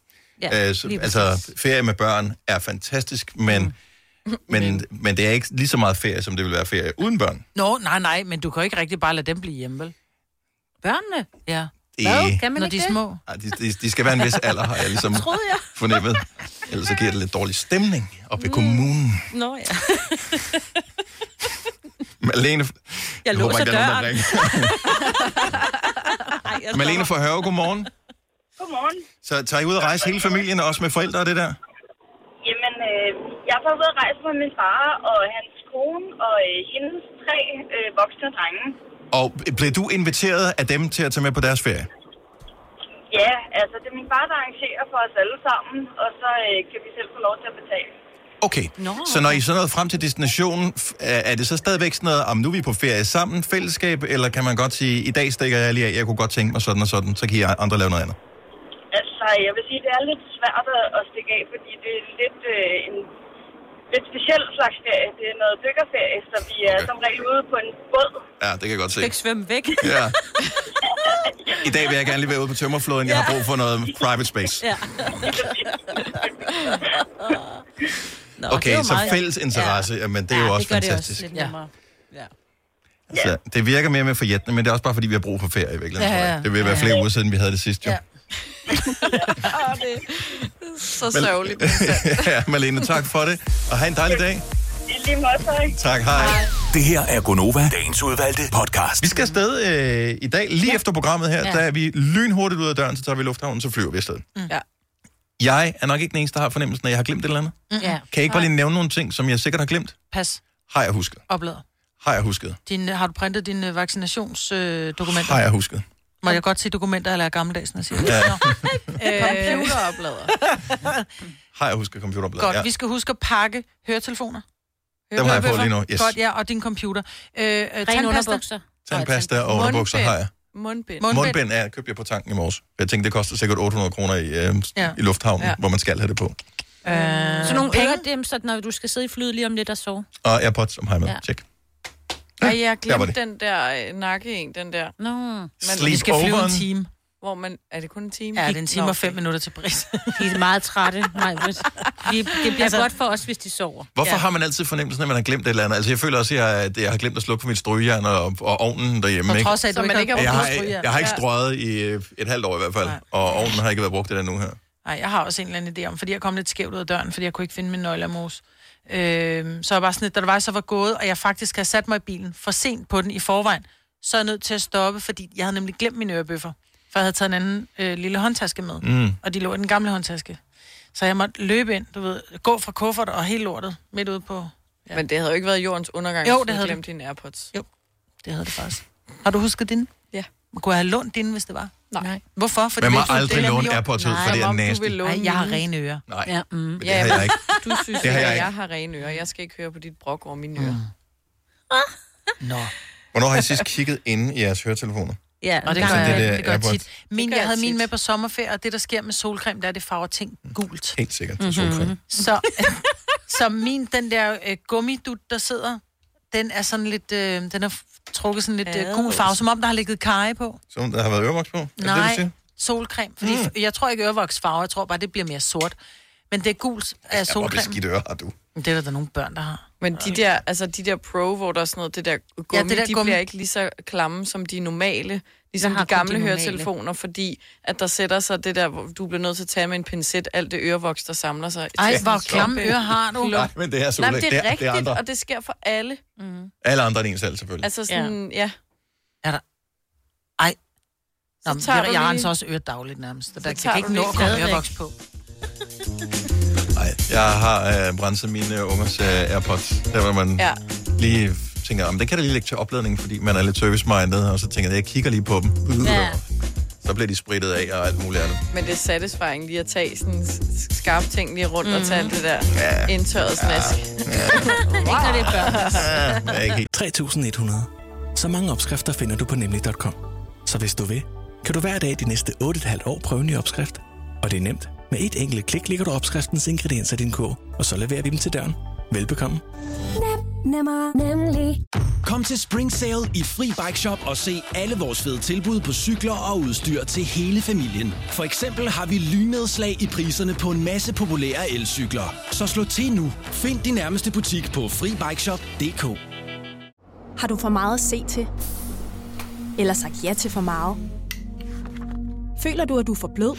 B: Ja,
A: øh, så,
B: lige Mm,
A: altså, ferie med børn er fantastisk, men, men, men det er ikke lige så meget ferie, som det vil være ferie uden børn.
B: Nå, nej, nej, men du kan jo ikke rigtig bare lade dem blive hjemme, vel? Børnene? Ja.
A: Det- Hvad?
B: Kan man Når de er små.
A: Ej, de, de, de skal være en vis alder, har jeg ligesom
B: Troede jeg.
A: fornemmet. Ellers så giver det lidt dårlig stemning op i kommunen.
C: Nå ja.
A: Malene,
C: Jeg
A: håber
C: låser
A: ikke, der er nogen,
C: døren. Ej, jeg
A: der Malene fra Hørve, godmorgen.
S: Godmorgen.
A: Så tager I ud og rejse hele familien, og også med forældre og det der?
S: Jamen, øh, jeg har fået ud at rejse med min far og hans kone og øh, hendes tre øh, voksne drenge.
A: Og blev du inviteret af dem til at tage med på deres ferie?
S: Ja, altså det er min far, der arrangerer for os alle sammen, og så øh, kan vi selv få lov til at betale.
A: Okay, Nå, så når I så nåede frem til destinationen, f- er er det så stadigvæk sådan noget, om nu er vi på ferie sammen, fællesskab, eller kan man godt sige, i dag stikker jeg lige af, jeg kunne godt tænke mig sådan og sådan, så kan I andre lave noget andet?
S: Altså, jeg vil sige, det er lidt svært at, at stikke af, fordi det er lidt øh, en lidt speciel slags ferie. Det er noget dykkerferie, så vi er okay. som regel ude på en båd.
A: Ja, det kan jeg godt se.
C: svømme væk.
A: Ja. I dag vil jeg gerne lige være ude på tømmerflåden, jeg har brug for noget private space.
C: Ja.
A: Nå, okay, så fælles interesse, ja. men det er jo også fantastisk. Det,
C: Det også ja.
A: altså, det virker mere med forjættende, men det er også bare fordi, vi har brug for ferie i virkeligheden.
D: Ja,
A: tror jeg.
D: ja.
A: Det vil være
D: Ja.
A: flere uger siden, vi havde det sidste. Jo.
D: Åh, det er så
A: Mal-
D: sørgeligt.
A: ja, Malene, tak for det, og have en dejlig dag.
S: I lige måde, tak.
A: Tak, hej.
F: Det her er Gonova, dagens udvalgte podcast.
A: Vi skal afsted øh, i dag, lige ja. efter programmet her,
F: Ja.
A: ja. der er vi lynhurtigt ud af døren, så tager vi lufthavnen, så flyver vi afsted.
D: Ja.
A: Jeg er nok ikke den eneste, der har fornemmelsen af, at jeg har glemt et eller andet.
B: Ja.
A: Kan jeg ikke bare lige nævne nogle ting, som jeg sikkert har glemt?
B: Pas.
A: Har jeg husket?
B: Oplader.
A: Har jeg husket?
B: Din, har du printet dine øh, vaccinationsdokumenter?
A: Har jeg husket?
B: Må jeg godt sige dokumenter, eller er gammeldags, når jeg siger det?
A: Ja.
B: Nå.
A: Øh,
D: Øh. Computeroplader.
A: Har jeg husket computerbladet?
B: Godt, vi skal huske at pakke høretelefoner.
A: Dem har jeg på
B: Hørebøffer.
A: lige nu, yes.
B: Godt, ja, og din computer. Øh, øh, tandpasta.
R: underbukser.
A: Tandpasta og underbukser har jeg.
D: Mundbind.
A: Mundbind er, købte jeg på tanken i morges. Jeg tænkte, det koster sikkert 800 kroner i, øh,
R: Ja.
A: ja. i lufthavnen,
R: Ja.
A: ja. hvor man skal have det på.
R: Øh, så nogle penge dem, så når du skal sidde i flyet lige om lidt og sove.
A: Og AirPods, som har jeg med.
R: Ja.
A: Ja. Tjek.
D: Ej, jeg
A: der var
D: glemte
A: det.
D: den der øh, nakke en, den der.
R: Nå.
A: Sleep Vi skal flyve en overen.
R: time.
D: Hvor man, er det kun en time?
R: Ja, det er en time og fem
B: minutter til Paris.
R: De er meget trætte, Maj. Det bliver altså,
D: Altså-
R: godt for os, hvis de sover.
A: Hvorfor ja. har man altid fornemmelsen, at man har glemt et eller andet? Altså, jeg føler også, at jeg, at jeg har glemt at slukke for mit strygejern og, og ovnen derhjemme.
B: På
A: ikke?
B: trods af, at du Så man ikke har ikke
A: jeg,
B: har brugt
A: har,
B: noget strygejern.
A: jeg har ikke
B: Ja.
A: strøget i øh, et halvt år i hvert fald, Nej. og ovnen har ikke været brugt det der nu her.
B: Nej, jeg har også en eller anden idé om, fordi jeg kom lidt skævt ud af døren, fordi jeg kunne ikke finde min nøglermos. Øhm, så jeg bare sådan lidt, da det var, så var gået, og jeg faktisk har sat mig i bilen for sent på den i forvejen, så er jeg nødt til at stoppe, fordi jeg havde nemlig glemt mine ørebøffer. For jeg havde taget en anden øh, lille håndtaske med,
G: Mm.
B: og de lå i den gamle håndtaske. Så jeg måtte løbe ind, du ved, gå fra kuffert og helt lortet midt ude på... Ja.
D: Men det havde jo ikke været jordens undergang,
B: Jo,
D: hvis du
B: det havde
D: glemt
B: det.
D: dine AirPods.
B: Jo, det havde det faktisk. Har du husket din?
D: Ja.
B: Kunne jeg have lånt din, hvis det var?
D: Nej.
B: Hvorfor?
A: Man må
B: hvis du
A: aldrig
B: deler med
A: låne
B: jorden-
A: AirPods ud, for det er
B: om du
A: nasty.
B: vil låne Ej, jeg har
D: mine.
B: rene ører.
A: Nej.
D: Ja,
R: mm. Men
A: det har jeg ikke.
D: Du synes
A: Det har
D: ikke,
A: jeg
D: at
A: ikke.
D: jeg har rene ører. Jeg skal ikke høre på dit brok over mine ører.
B: Nå.
A: Hvornår har I sidst kigget inde i jeres høretelefoner?
B: Ja, og det
A: Så
B: gør, jeg,
A: der
B: det, det gør jeg
A: AirPods,
B: tit. Min, jeg havde min med på sommerferie, og det, der sker med solcreme, der er det farver ting gult.
A: Helt sikkert.
B: Mhm.
A: Mm-hmm. Solcreme.
B: Så, så min, den der øh, gummidut, der sidder, den er sådan lidt, øh, den er f- trukket sådan lidt øh, gul farve, som om der har ligget karry på.
A: Som der har været ørevoks på? Er det det, du
B: Nej,
A: siger?
B: solcreme. Fordi
A: Mm.
B: mm. jeg tror ikke ørevoksfarve, jeg tror bare, det bliver mere sort. Men det er
A: Altså,
B: gult af
A: Ja, hvor
B: solcreme.
A: beskidt øre har du?
B: Det er der, der er nogle børn, der har.
D: Men de der, altså de der Pro, hvor der er sådan noget, det der gummi, ja, det der de gummi. bliver ikke lige så klamme som de normale, ligesom
R: Jeg har
D: de
R: kun
D: gamle
R: de
D: de
R: normale.
D: høretelefoner, fordi at der sætter sig det der, hvor du bliver nødt til at tage med en pincet, alt det ørevoks, der samler sig.
B: Ej,
D: til
B: hvor
D: sådan en
B: klamme
D: klump.
B: ører har du?
A: Nej, men det er så
D: Nej, men
A: ulækkert.
D: det er
A: Det er-
D: rigtigt,
A: det er andre.
D: og det sker for alle. Mm.
A: Alle andre end en selv, selvfølgelig.
D: Altså sådan, ja. ja.
B: Er der... Ej. Nå, men
D: tager
B: jeg,
D: du
B: jeg
D: lige-
B: renser også øret dagligt nærmest. Der, der
D: tager
B: kan ikke
D: du
B: nå
D: lige
B: at komme
D: fladvæk.
B: ørevoks på.
A: Nej, jeg har øh, brændt mine øh, ungers øh, AirPods. Der hvor man
D: Ja.
A: ja. lige tænker, om det kan da lige lægge til opladningen, fordi man er lidt service-minded, og så tænker jeg, jeg kigger lige på dem.
D: Ja.
A: Ja. Så bliver de spritet af og alt muligt andet.
D: Men det er satisfying lige at tage sådan s- skarpe ting lige rundt mm. og tage alt det der
A: Ja.
D: indtørret snask.
R: Ikke når det er børn.
O: 3.100. Så mange opskrifter finder du på nemlig.com. Så hvis du vil, kan du hver dag de næste 8,5 år prøve en ny opskrift. Og det er nemt. Med et enkelt klik ligger du opskriftens ingredienser i din kog, og så leverer vi dem til døren. Velbekomme.
T: Nem, nemmer, nemlig.
U: Kom til Spring Sale i Fri Bike Shop og se alle vores fede tilbud på cykler og udstyr til hele familien. For eksempel har vi lynedslag i priserne på en masse populære elcykler. Så slå til nu. Find din nærmeste butik på FriBikeShop.dk
P: Har du for meget at se til? Eller sagt ja til for meget? Føler du, at du er for blød?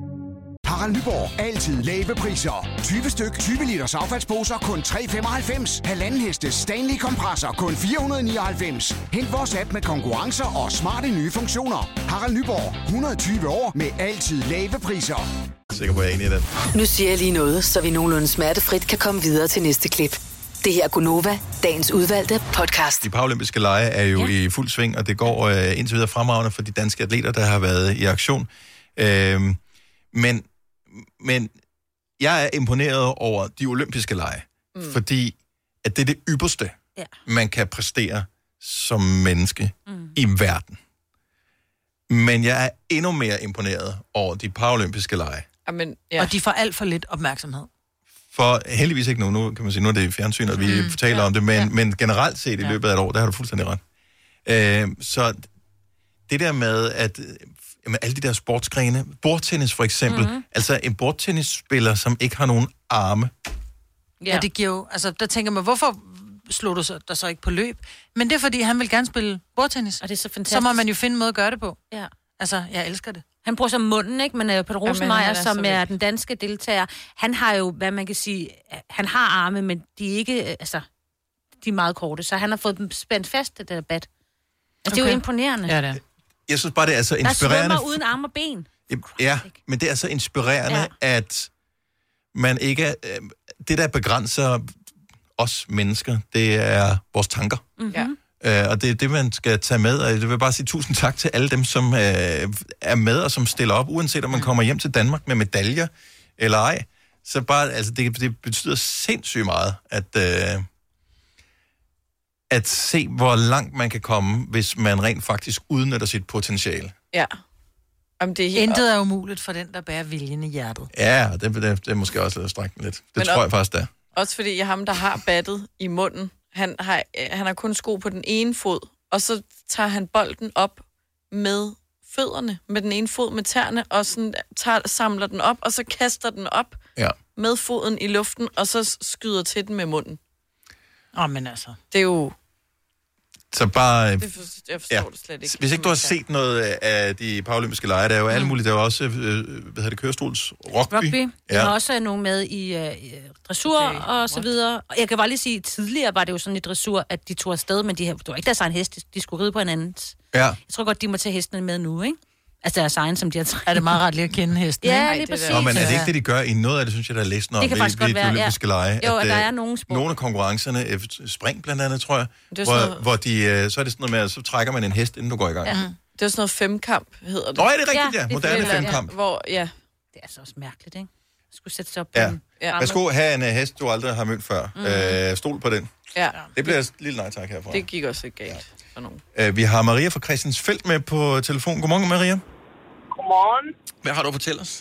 Q: Harald Nyborg. Altid lave priser. 20 styk, 20 liters affaldsposer kun 3,95. Halvanden heste Stanley kompresser kun 499. Hent vores app med konkurrencer og smarte nye funktioner. Harald Nyborg. 120 år med altid lave priser.
A: Jeg er sikker på, at jeg er enig i den.
E: Nu siger jeg lige noget, så vi nogenlunde smertefrit kan komme videre til næste klip. Det her er Gunova, dagens udvalgte podcast.
A: De paralympiske lege er jo ja. i fuld sving, og det går øh, indtil videre fremragende for de danske atleter, der har været i aktion. Øh, men, men jeg er imponeret over de olympiske lege, mm. fordi at det er det ypperste,
R: Ja.
A: man kan præstere som menneske mm. i verden. Men jeg er endnu mere imponeret over de paralympiske lege.
D: Jamen,
B: ja. Og de får alt for lidt opmærksomhed.
A: For heldigvis ikke nu, nu kan man sige, nu er det i fjernsyn, og vi mm, taler ja, om det, men, ja. men generelt set i løbet af et år, der har du fuldstændig ret. Øh, så det der med, at øh, jamen, alle de der sportsgrene, bordtennis for eksempel,
B: Mhm.
A: mm-hmm. altså en bordtennisspiller, som ikke har nogen arme,
B: Ja. ja, det giver jo... Altså, der tænker man, hvorfor slog du så, dig så ikke på løb? Men det er, fordi han vil gerne spille bordtennis. Og
R: det er så
B: Så må
R: fantastisk.
B: man jo finde en måde at gøre det på.
R: Ja.
B: Altså, jeg elsker det.
R: Han bruger så munden, ikke? Men øh, Peter
B: Jamen,
R: Rosenmeier,
B: han er
R: Jamen,
B: så
R: som er
B: vild.
R: den danske deltager, han har jo, hvad man kan sige, øh, han har arme, men de er ikke, øh, altså, de er meget korte. Så han har fået dem spændt fast, det der bat. Altså, okay. det er jo
A: Okay.
R: imponerende.
B: Ja, det er.
A: jeg synes bare, det er så
R: Der
A: inspirerende.
R: svømmer uden arme og ben.
A: Ja, men det er så inspirerende, ja. at man ikke... er- Øh, det, der begrænser os mennesker, det er vores tanker.
D: Mm-hmm. Ja.
A: Øh, og det er det, man skal tage med. Og jeg vil bare sige tusind tak til alle dem, som øh, er med og som stiller op, uanset om man kommer hjem til Danmark med medaljer eller ej. Så bare, altså, det, det betyder sindssygt meget, at, øh, at se, hvor langt man kan komme, hvis man rent faktisk udnytter sit potentiale.
D: Ja. Jamen, det er helt
B: Intet er umuligt for den, der bærer viljen i hjertet.
A: Ja, det, det, det er måske også lidt at strække den lidt. Det
D: Men
A: Men tror
D: op-
A: jeg faktisk, det er.
D: Også fordi ham, der har battet i munden, han har, øh, han har kun sko på den ene fod, og så tager han bolden op med fødderne, med den ene fod med tæerne, og sådan tager, samler den op, og så kaster den op
A: Ja.
D: med foden i luften, og så s- skyder til den med munden.
B: Åh, men altså.
D: Det er jo...
A: Så bare... øh,
D: Det forstår, jeg forstår det slet ikke.
A: Hvis ikke du har set noget øh, af de paralympiske lege, der er jo alle mulige, der er jo også, øh, øh, hvad hedder det, kørestols rugby.
R: Rugby. Ja. Jeg
A: Ja.
R: har også nogen med i øh, i, øh, dressur okay. og så videre. Og jeg kan bare lige sige, at tidligere var det jo sådan i dressur, at de tog afsted, men de her, det var ikke deres egen hest, de- de skulle ride på hinandens.
A: Ja.
R: Jeg tror godt, de må tage hestene med nu, ikke? Altså deres egen, som de har trænet. Er
B: det meget rart lige at kende hesten,
R: Ja,
B: ikke?
R: lige
B: Ej, det er da-
R: præcis.
A: Nå, men er det ikke det, de gør i noget af det, synes jeg, der er læst noget
R: Det kan
A: om
R: faktisk godt
A: de
R: være, ja.
A: olympiske lege?
R: Jo,
A: at
R: at der
A: øh,
R: er nogle sport.
A: Nogle af konkurrencerne, øh, spring blandt andet, tror jeg,
D: Det er
A: hvor,
D: sådan noget-
A: hvor de, øh, så er det sådan noget med, at så trækker man en hest, inden du går i gang.
D: Ja. Det er sådan noget femkamp, hedder det.
A: Nå, er det rigtigt, ja.
D: det
A: Moderne
D: føler jeg.
A: femkamp.
D: Hvor, ja.
R: Det er altså også mærkeligt, ikke? Jeg skulle sætte sig op
A: Ja.
R: på en
A: ja.
R: ramme.
A: Værsgo, have en øh, hest, du aldrig har mødt før. Mm. Øh, stol på den.
D: Ja.
A: Det bliver et lille nej tak herfra.
D: Det gik også ikke galt for nogen.
A: Øh, vi har Maria fra Christiansfeldt med på telefon. Godmorgen, Maria.
L: Godmorgen.
A: Hvad har du at fortælle os?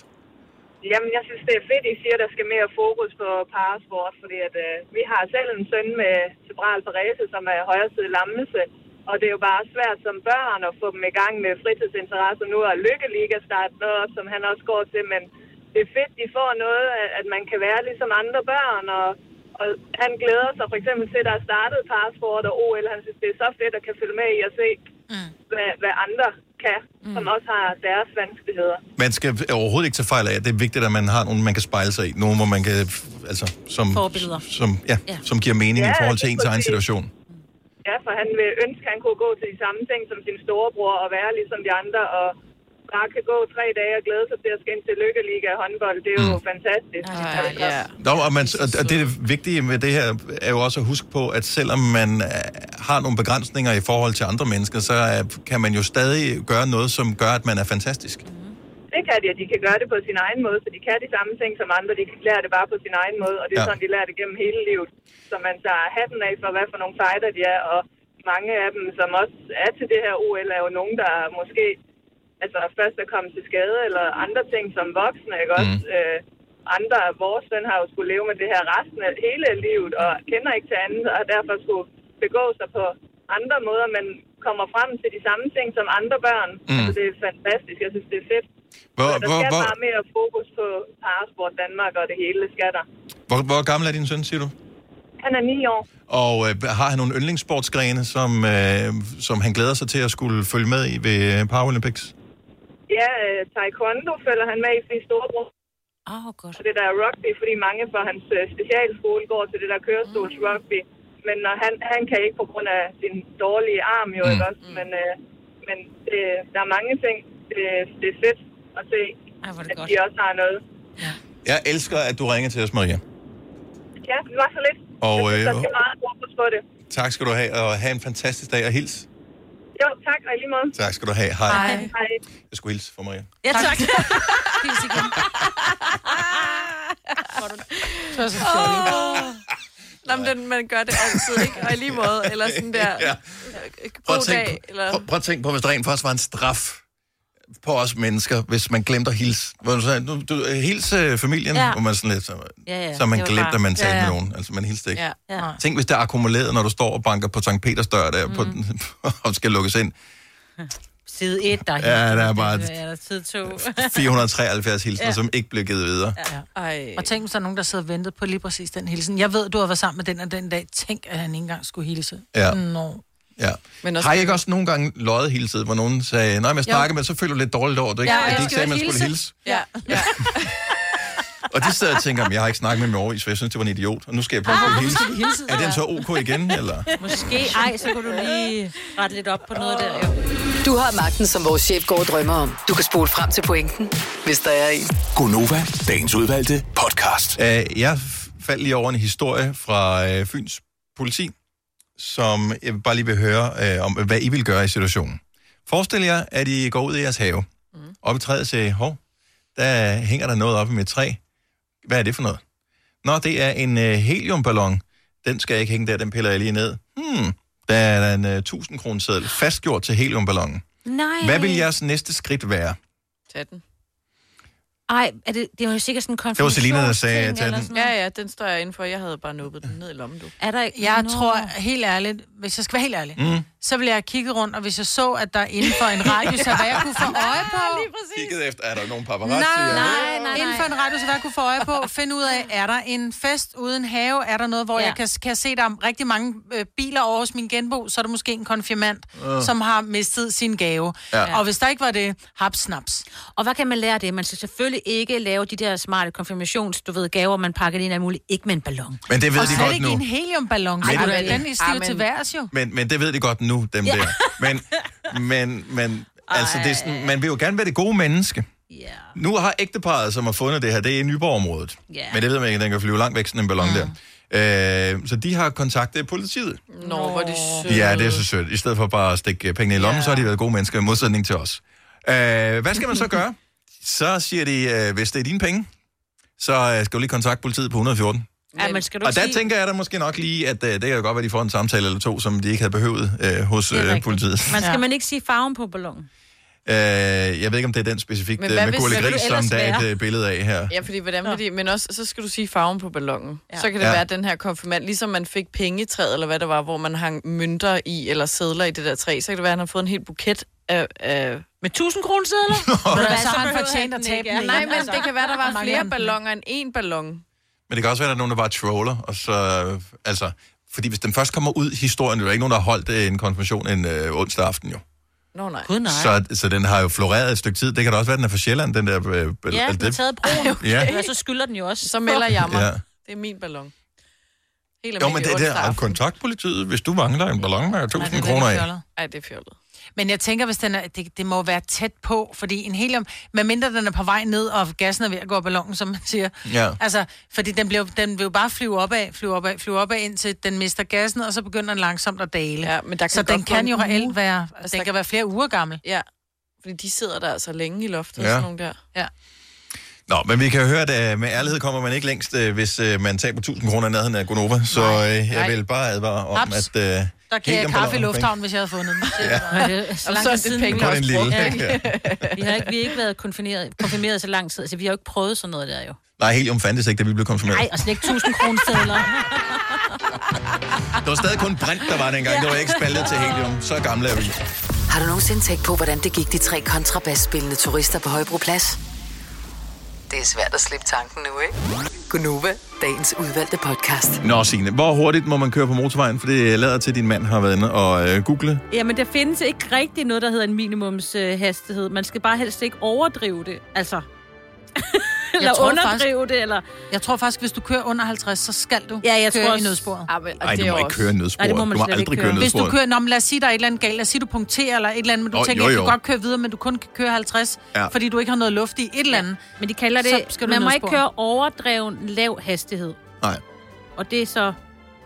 L: Jamen, jeg synes, det er fedt, I siger, der skal mere fokus på parasport, fordi at, øh, vi har selv en søn med cerebral parese, som er højresidig lammelse, og det er jo bare svært som børn at få dem i gang med fritidsinteresser nu, og lykkeliga start noget, op, som han også går til, men det er fedt, de får noget, at- at man kan være ligesom andre børn, og, og han glæder sig for eksempel til, at der er startet parasport og OL, han synes, det er så fedt at kan følge med i at se, mm. hvad, hvad andre kan, mm. som også har deres vanskeligheder.
A: Man skal overhovedet ikke tage fejl af, at det er vigtigt, at man har nogen, man kan spejle sig i. Nogen, hvor man kan, altså, som,
L: Forbilleder.
A: som, ja,
L: Ja.
A: ja. som giver mening ja,
L: Ja,
A: i forhold til
L: lige
A: ens egen
L: præcis.
A: situation.
L: Ja, for han vil ønske, at han kunne gå til de samme ting som sin storebror og være ligesom de andre, og bare kan gå tre dage og glæde sig til at skal ind til Lykkeliga i håndbold. Det er jo mm. fantastisk. Ej, ja.
A: Nå, og, man, og og det vigtige med det her er jo også at huske på, at selvom man øh, har nogle begrænsninger i forhold til andre mennesker, så øh, kan man jo stadig gøre noget, som gør, at man er fantastisk.
L: Det kan de, og de kan gøre det på sin egen måde, så de kan de samme ting som andre. De lærer det bare på sin egen måde, og det er
A: Ja.
L: ja. sådan, de lærer det gennem hele livet. Så man tager hatten af for, hvad for nogle fighter de er, og mange af dem, som også er til det her OL, er jo nogen, der måske altså først er kommet til skade, eller andre ting som voksne, ikke også? Mm. Øh, andre, vores søn har jo skulle leve med det her resten af hele livet, og kender ikke til andet, og derfor skulle begå sig på andre måder, men kommer frem til de samme ting som andre børn.
A: Mm.
L: Mm. Altså, det er fantastisk. Jeg synes, det er fedt.
A: Hvor,
L: Så der
A: hvor,
L: skal
A: hvor,
L: bare mere fokus på Parasport Danmark og det hele, det skal der.
A: hvor, hvor gammel er din søn, siger du?
L: Han er 9 år.
A: Og øh, har han nogle yndlingssportsgrene, som, øh, som han glæder sig til at skulle følge med i ved øh, Paralympics?
L: Ja, øh, taekwondo følger han med i, fordi storebror
R: Åh, oh, godt.
L: og det der er rugby, fordi mange fra hans øh, specialskole går til det der kørestols rugby.
R: Mm.
L: Men når han, han kan ikke på grund af sin dårlige arm jo,
A: Mm.
L: ikke også? Men, øh, men det, der er mange ting, det, det er fedt at se, Ej,
R: det
L: at de også har noget.
A: Jeg elsker, at du ringer til os, Maria.
L: Ja, det var så lidt.
A: Og
L: Jeg synes,
A: øh,
L: der skal meget fokus på det.
A: tak skal du have, og have en fantastisk dag og hils.
L: Jo, tak, og i lige måde.
A: Tak skal du have. Hej. Hej.
L: Hej.
A: Jeg skulle hilse for Maria.
L: Ja, tak.
R: Pils igen.
D: Så så Nå, men den, man gør det altid, ikke? Og i lige måde, eller sådan der...
A: Ja. Prøv at
D: God
A: tænke,
D: dag, eller...
A: prøv, prøv at tænke på, hvis der rent faktisk var en straf på os mennesker, hvis man glemte at hilse. Hvor du sagde, nu, du, hilse familien,
R: Ja.
A: ja. hvor man sådan lidt, så,
R: Ja, ja.
A: så man
R: Det var
A: glemte,
R: bare-
A: at man talte
R: Ja,
A: ja,
R: ja.
A: ja. med nogen. Altså, man hilste ikke.
R: Ja. ja.
A: Tænk, hvis det er akkumuleret, når du står og banker på Sankt Peters dør der, mm. på, den- og skal lukkes ind.
R: Side 1, der er
A: Ja,
R: helt-
A: der er bare-
R: Ja, der er tid 2.
A: 473 hilsner,
B: Ja.
A: ja. som ikke blev givet videre.
R: Ja.
D: Ej.
B: Og tænk, hvis der er nogen, der sidder og venter på lige præcis den hilsen. Jeg ved, du har været sammen med den og den dag. Tænk, at han ikke engang skulle hilse.
A: Ja.
B: Nå.
A: Ja.
D: Men
A: Har I ikke også nogle gange løjet hele tiden, hvor nogen sagde, nej, men jeg
B: Jo.
A: snakker med, så føler du lidt dårligt over, at du ikke,
B: Ja,
A: at
B: jeg
A: de ikke
B: skal
A: sagde, at
B: jo
A: man skulle
B: hilse.
A: hilse.
D: Ja.
A: Og de sidder og tænker, "Men jeg har ikke snakket med dem i årvis, for jeg synes, det var en idiot, og nu skal jeg prøve
R: Ah,
A: at
R: hvorfor skal de
A: hilse.
R: hilse?
A: Er den så ok igen, eller?
R: Måske, ej, så kunne du lige rette lidt op på noget der. Jo.
E: Du har magten, som vores chef går og drømmer om. Du kan spole frem til pointen, hvis der er en.
F: Gonova, dagens udvalgte podcast.
A: Øh, jeg f- faldt lige over en historie fra øh, Fyns politi, som jeg bare lige vil høre øh, om, hvad I vil gøre i situationen. Forestil jer, at I går ud i jeres have, mm. op i træet og siger, hov, der hænger der noget op i mit træ. Hvad er det for noget? Nå, det er en øh, heliumballon. Den skal jeg ikke hænge der, den piller jeg lige ned. Hmm, der er der en øh, 1000 kroner seddel fastgjort til heliumballonen.
R: Nej.
A: Hvad vil jeres næste skridt være?
D: Tag den.
R: Ej, er det, det var jo sikkert sådan en
A: var
R: konfirmation.
A: Selina, der sagde, "Tag den."
D: Ja, ja, den står jeg indenfor. Jeg havde bare nuppet den ned i lommen, du.
R: Er der ikke
B: Jeg
R: Nå.
B: tror helt ærligt, hvis jeg skal være helt ærlig,
A: Mm.
B: mm. så ville jeg have kigget rundt, og hvis jeg så, at der inden for en radius af, hvad jeg kunne få øje på,
A: Kigget efter, er der nogen paparazzi?
B: Nej, nej, nej. Inden for en radius, hvad jeg kunne få øje på, finde ud af, er der en fest uden have? Er der noget, hvor ja.
R: Ja.
B: jeg kan, kan jeg se, der er rigtig mange øh, biler over hos min genbo? Så er der måske en konfirmand,
R: Øh.
A: Ah.
B: uh. som har mistet sin gave.
R: Ja.
B: Ja. Og hvis der ikke var det, hap snaps.
R: Og hvad kan man lære af det? Man skal selvfølgelig ikke lave de der smarte konfirmations, du ved, gaver, man pakker det ind af muligt. Ikke med en ballon.
A: Men det ved
B: og
A: de
B: slet
A: godt
B: ikke
A: nu.
B: en heliumballon.
A: Men-
B: Ej,
A: Ej,
B: den er stiv
R: men-
B: til værs jo.
A: Men, men det ved de godt nu, dem ja.
B: Ja.
A: der. Men, men, men altså, det er sådan, man vil jo gerne være det gode menneske.
R: Yeah.
A: Nu har ægteparet, som har fundet det her, det er i Nyborg-området.
R: Ja.
A: Men det ved man ikke, den kan flyve langt væk, sådan en ballon mm. der. Øh, så de har kontaktet politiet.
D: Nå, hvor er det sødt.
A: Ja, det er så sødt. I stedet for bare at stikke øh, pengene i lommen, yeah. så har de været gode mennesker i modsætning til os. Øh, hvad skal man så gøre? Så siger de, øh, hvis det er dine penge, så øh, skal du lige kontakte politiet på 114.
R: Ja, men skal du
A: Og der
R: sige...
A: tænker jeg da måske nok lige, at øh, det kan jo godt være, de får en samtale eller to, som de ikke havde behøvet øh, hos øh, politiet.
R: Man skal ja. man ikke sige farven på ballonen.
A: Øh, jeg ved ikke, om det er den specifikt
D: Men
A: øh,
D: hvad
A: med
D: hvis-
A: Gurle
D: hvad vil
A: Gris,
D: du
A: som
D: ellers
A: der er et
D: være?
A: øh, billede af her.
D: Ja, fordi hvordan vil de... Men også, så skal du sige farven på ballonen. Ja. Så kan det
A: Ja.
D: ja. være, at den her konfirmand, ligesom man fik pengetræet, eller hvad det var, hvor man hang mønter i, eller sædler i det der træ, så kan det være, at han har fået en hel buket af... af
R: med 1000 kroner sædler?
B: Hvad, så har han fortjent at
A: øh,
B: tabe den
D: Nej,
B: igen,
D: men
B: altså.
D: det kan være, der
B: Og
D: var
B: mange
D: flere
B: andre.
D: balloner end én ballon.
A: Men det kan også være, at der er nogen, der bare troller, og så... øh, Altså, fordi hvis den først kommer ud i historien, er der ikke nogen, der har holdt øh, en konfirmation en øh, onsdag aften, jo.
D: Nå nej.
R: Gud, nej.
A: Så, så den har jo floreret et stykke tid. Det kan da også være, den er fra Sjælland, den der... Øh, bel-
R: Ja,
A: eller
R: den har taget broen.
A: Ja.
R: okay. ja. så skylder den jo også.
D: Så melder jeg mig.
A: Ja.
D: Det er min ballon. Helt
A: Jo, men det, det er kontakt politiet, hvis du mangler en ballon med 1000 kroner af.
D: Ej, det er fjollet.
B: Men jeg tænker, hvis den er, det, det må være tæt på, fordi en helium, medmindre den er på vej ned, og gassen er ved at gå op ballonen, som man siger.
A: Ja.
B: Altså, fordi den, bliver, den vil jo bare flyve opad, flyve opad, flyve opad, indtil den mister gassen, og så begynder den langsomt at dale.
D: Ja, men der kan
B: så
D: godt
B: den
D: gå
B: kan
D: en
B: jo
D: uge.
B: reelt være, altså,
D: Altså,
B: den
D: der-
B: kan være flere uger gammel.
D: Ja, fordi de sidder der altså længe i loftet,
A: Ja.
D: ja. sådan nogle der.
B: Ja.
A: Nå, men vi kan jo høre, at øh, med ærlighed kommer man ikke længst, øh, hvis øh, man taber 1000 kroner i nærheden af Gonova. Så øh, jeg
B: Nej.
A: vil bare advare om,
B: Haps.
A: at... Øh,
B: Der kan jeg kaffe i lufthavnen, hvis jeg havde fundet den.
R: Ja.
B: Så lang tid siden.
A: Kun en lille,
R: Vi har ikke, vi har ikke været konfirmeret, konfirmeret så lang tid, så vi har jo ikke prøvet sådan noget der jo.
A: Nej, helium fandtes ikke, da vi blev konfirmeret.
R: Nej, og slet ikke 1000 kroner sædler.
A: Det var stadig kun brint, der var dengang. Det var ikke spaldet til helium. Så gamle er vi.
E: Har du nogensinde tænkt på, hvordan det gik de tre kontrabasspillende turister på Højbroplads? Det er svært at slippe tanken nu, ikke? Gunova, dagens udvalgte podcast.
A: Nå, Signe, hvor hurtigt må man køre på motorvejen? For det lader til, at din mand har været inde og øh, google.
R: Jamen, der findes ikke rigtig noget, der hedder en minimumshastighed. Øh, hastighed. man skal bare helst ikke overdrive det, altså. eller
B: tror
R: underdrive faktisk... det, eller...
B: Jeg tror faktisk, hvis du kører under 50, så skal du
R: Ja, jeg
B: køre
R: tror
B: i
R: også-
B: nødsporet.
R: Ah, men- og
A: Ej,
R: det
A: du
R: er
A: må
R: jo
A: ikke
R: også-
A: køre i nødsporet.
R: Nej, det må man
A: du må
R: slet
A: aldrig
R: ikke
A: køre i
R: køre.
B: Hvis
A: nødsporet.
B: du kører, nå, men lad os sige, der er et eller andet galt. Lad os sige, du punkterer eller et eller andet, men du
A: Åh,
B: oh, tænker,
A: jo,
B: jo, jeg
A: jo.
B: kan godt køre videre, men du kun kan køre 50,
A: Ja.
B: ja. fordi du ikke har noget luft i et eller andet.
R: Men de kalder det...
B: Så skal du
R: man må
B: ned
R: ikke
B: sporet.
R: køre overdreven lav hastighed.
A: Nej.
R: Og det er så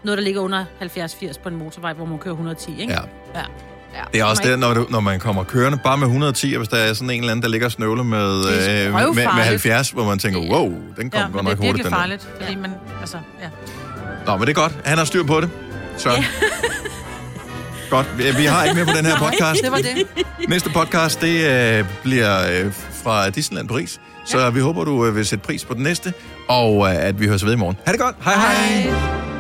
R: noget, der ligger under 70-80 på en motorvej, hvor man kører 110, ikke?
A: Ja.
R: ja. ja.
A: Det er også
R: Man
A: det, når, du, når man kommer kørende bare med 110, og hvis der er sådan en eller anden, der ligger og snøvler med,
B: Det er
A: øh, med, med
B: røvfarligt.
A: 70, hvor man tænker, wow, den kom
B: Ja,
A: ja, godt
B: men det
A: nok
B: er
A: hurtigt,
B: virkelig
A: den der.
B: farligt, fordi man, altså, ja.
A: Nå, men det er godt. Han har styr på det. Så. Ja. godt. Vi- Vi har ikke mere på den her
B: Nej,
A: podcast.
B: det var det.
A: Næste podcast, det øh, bliver øh, fra Disneyland Paris. Så vi håber, du øh, vil sætte pris på den næste, og øh, at vi høres ved i morgen. Ha' det godt. Hej hej. hej.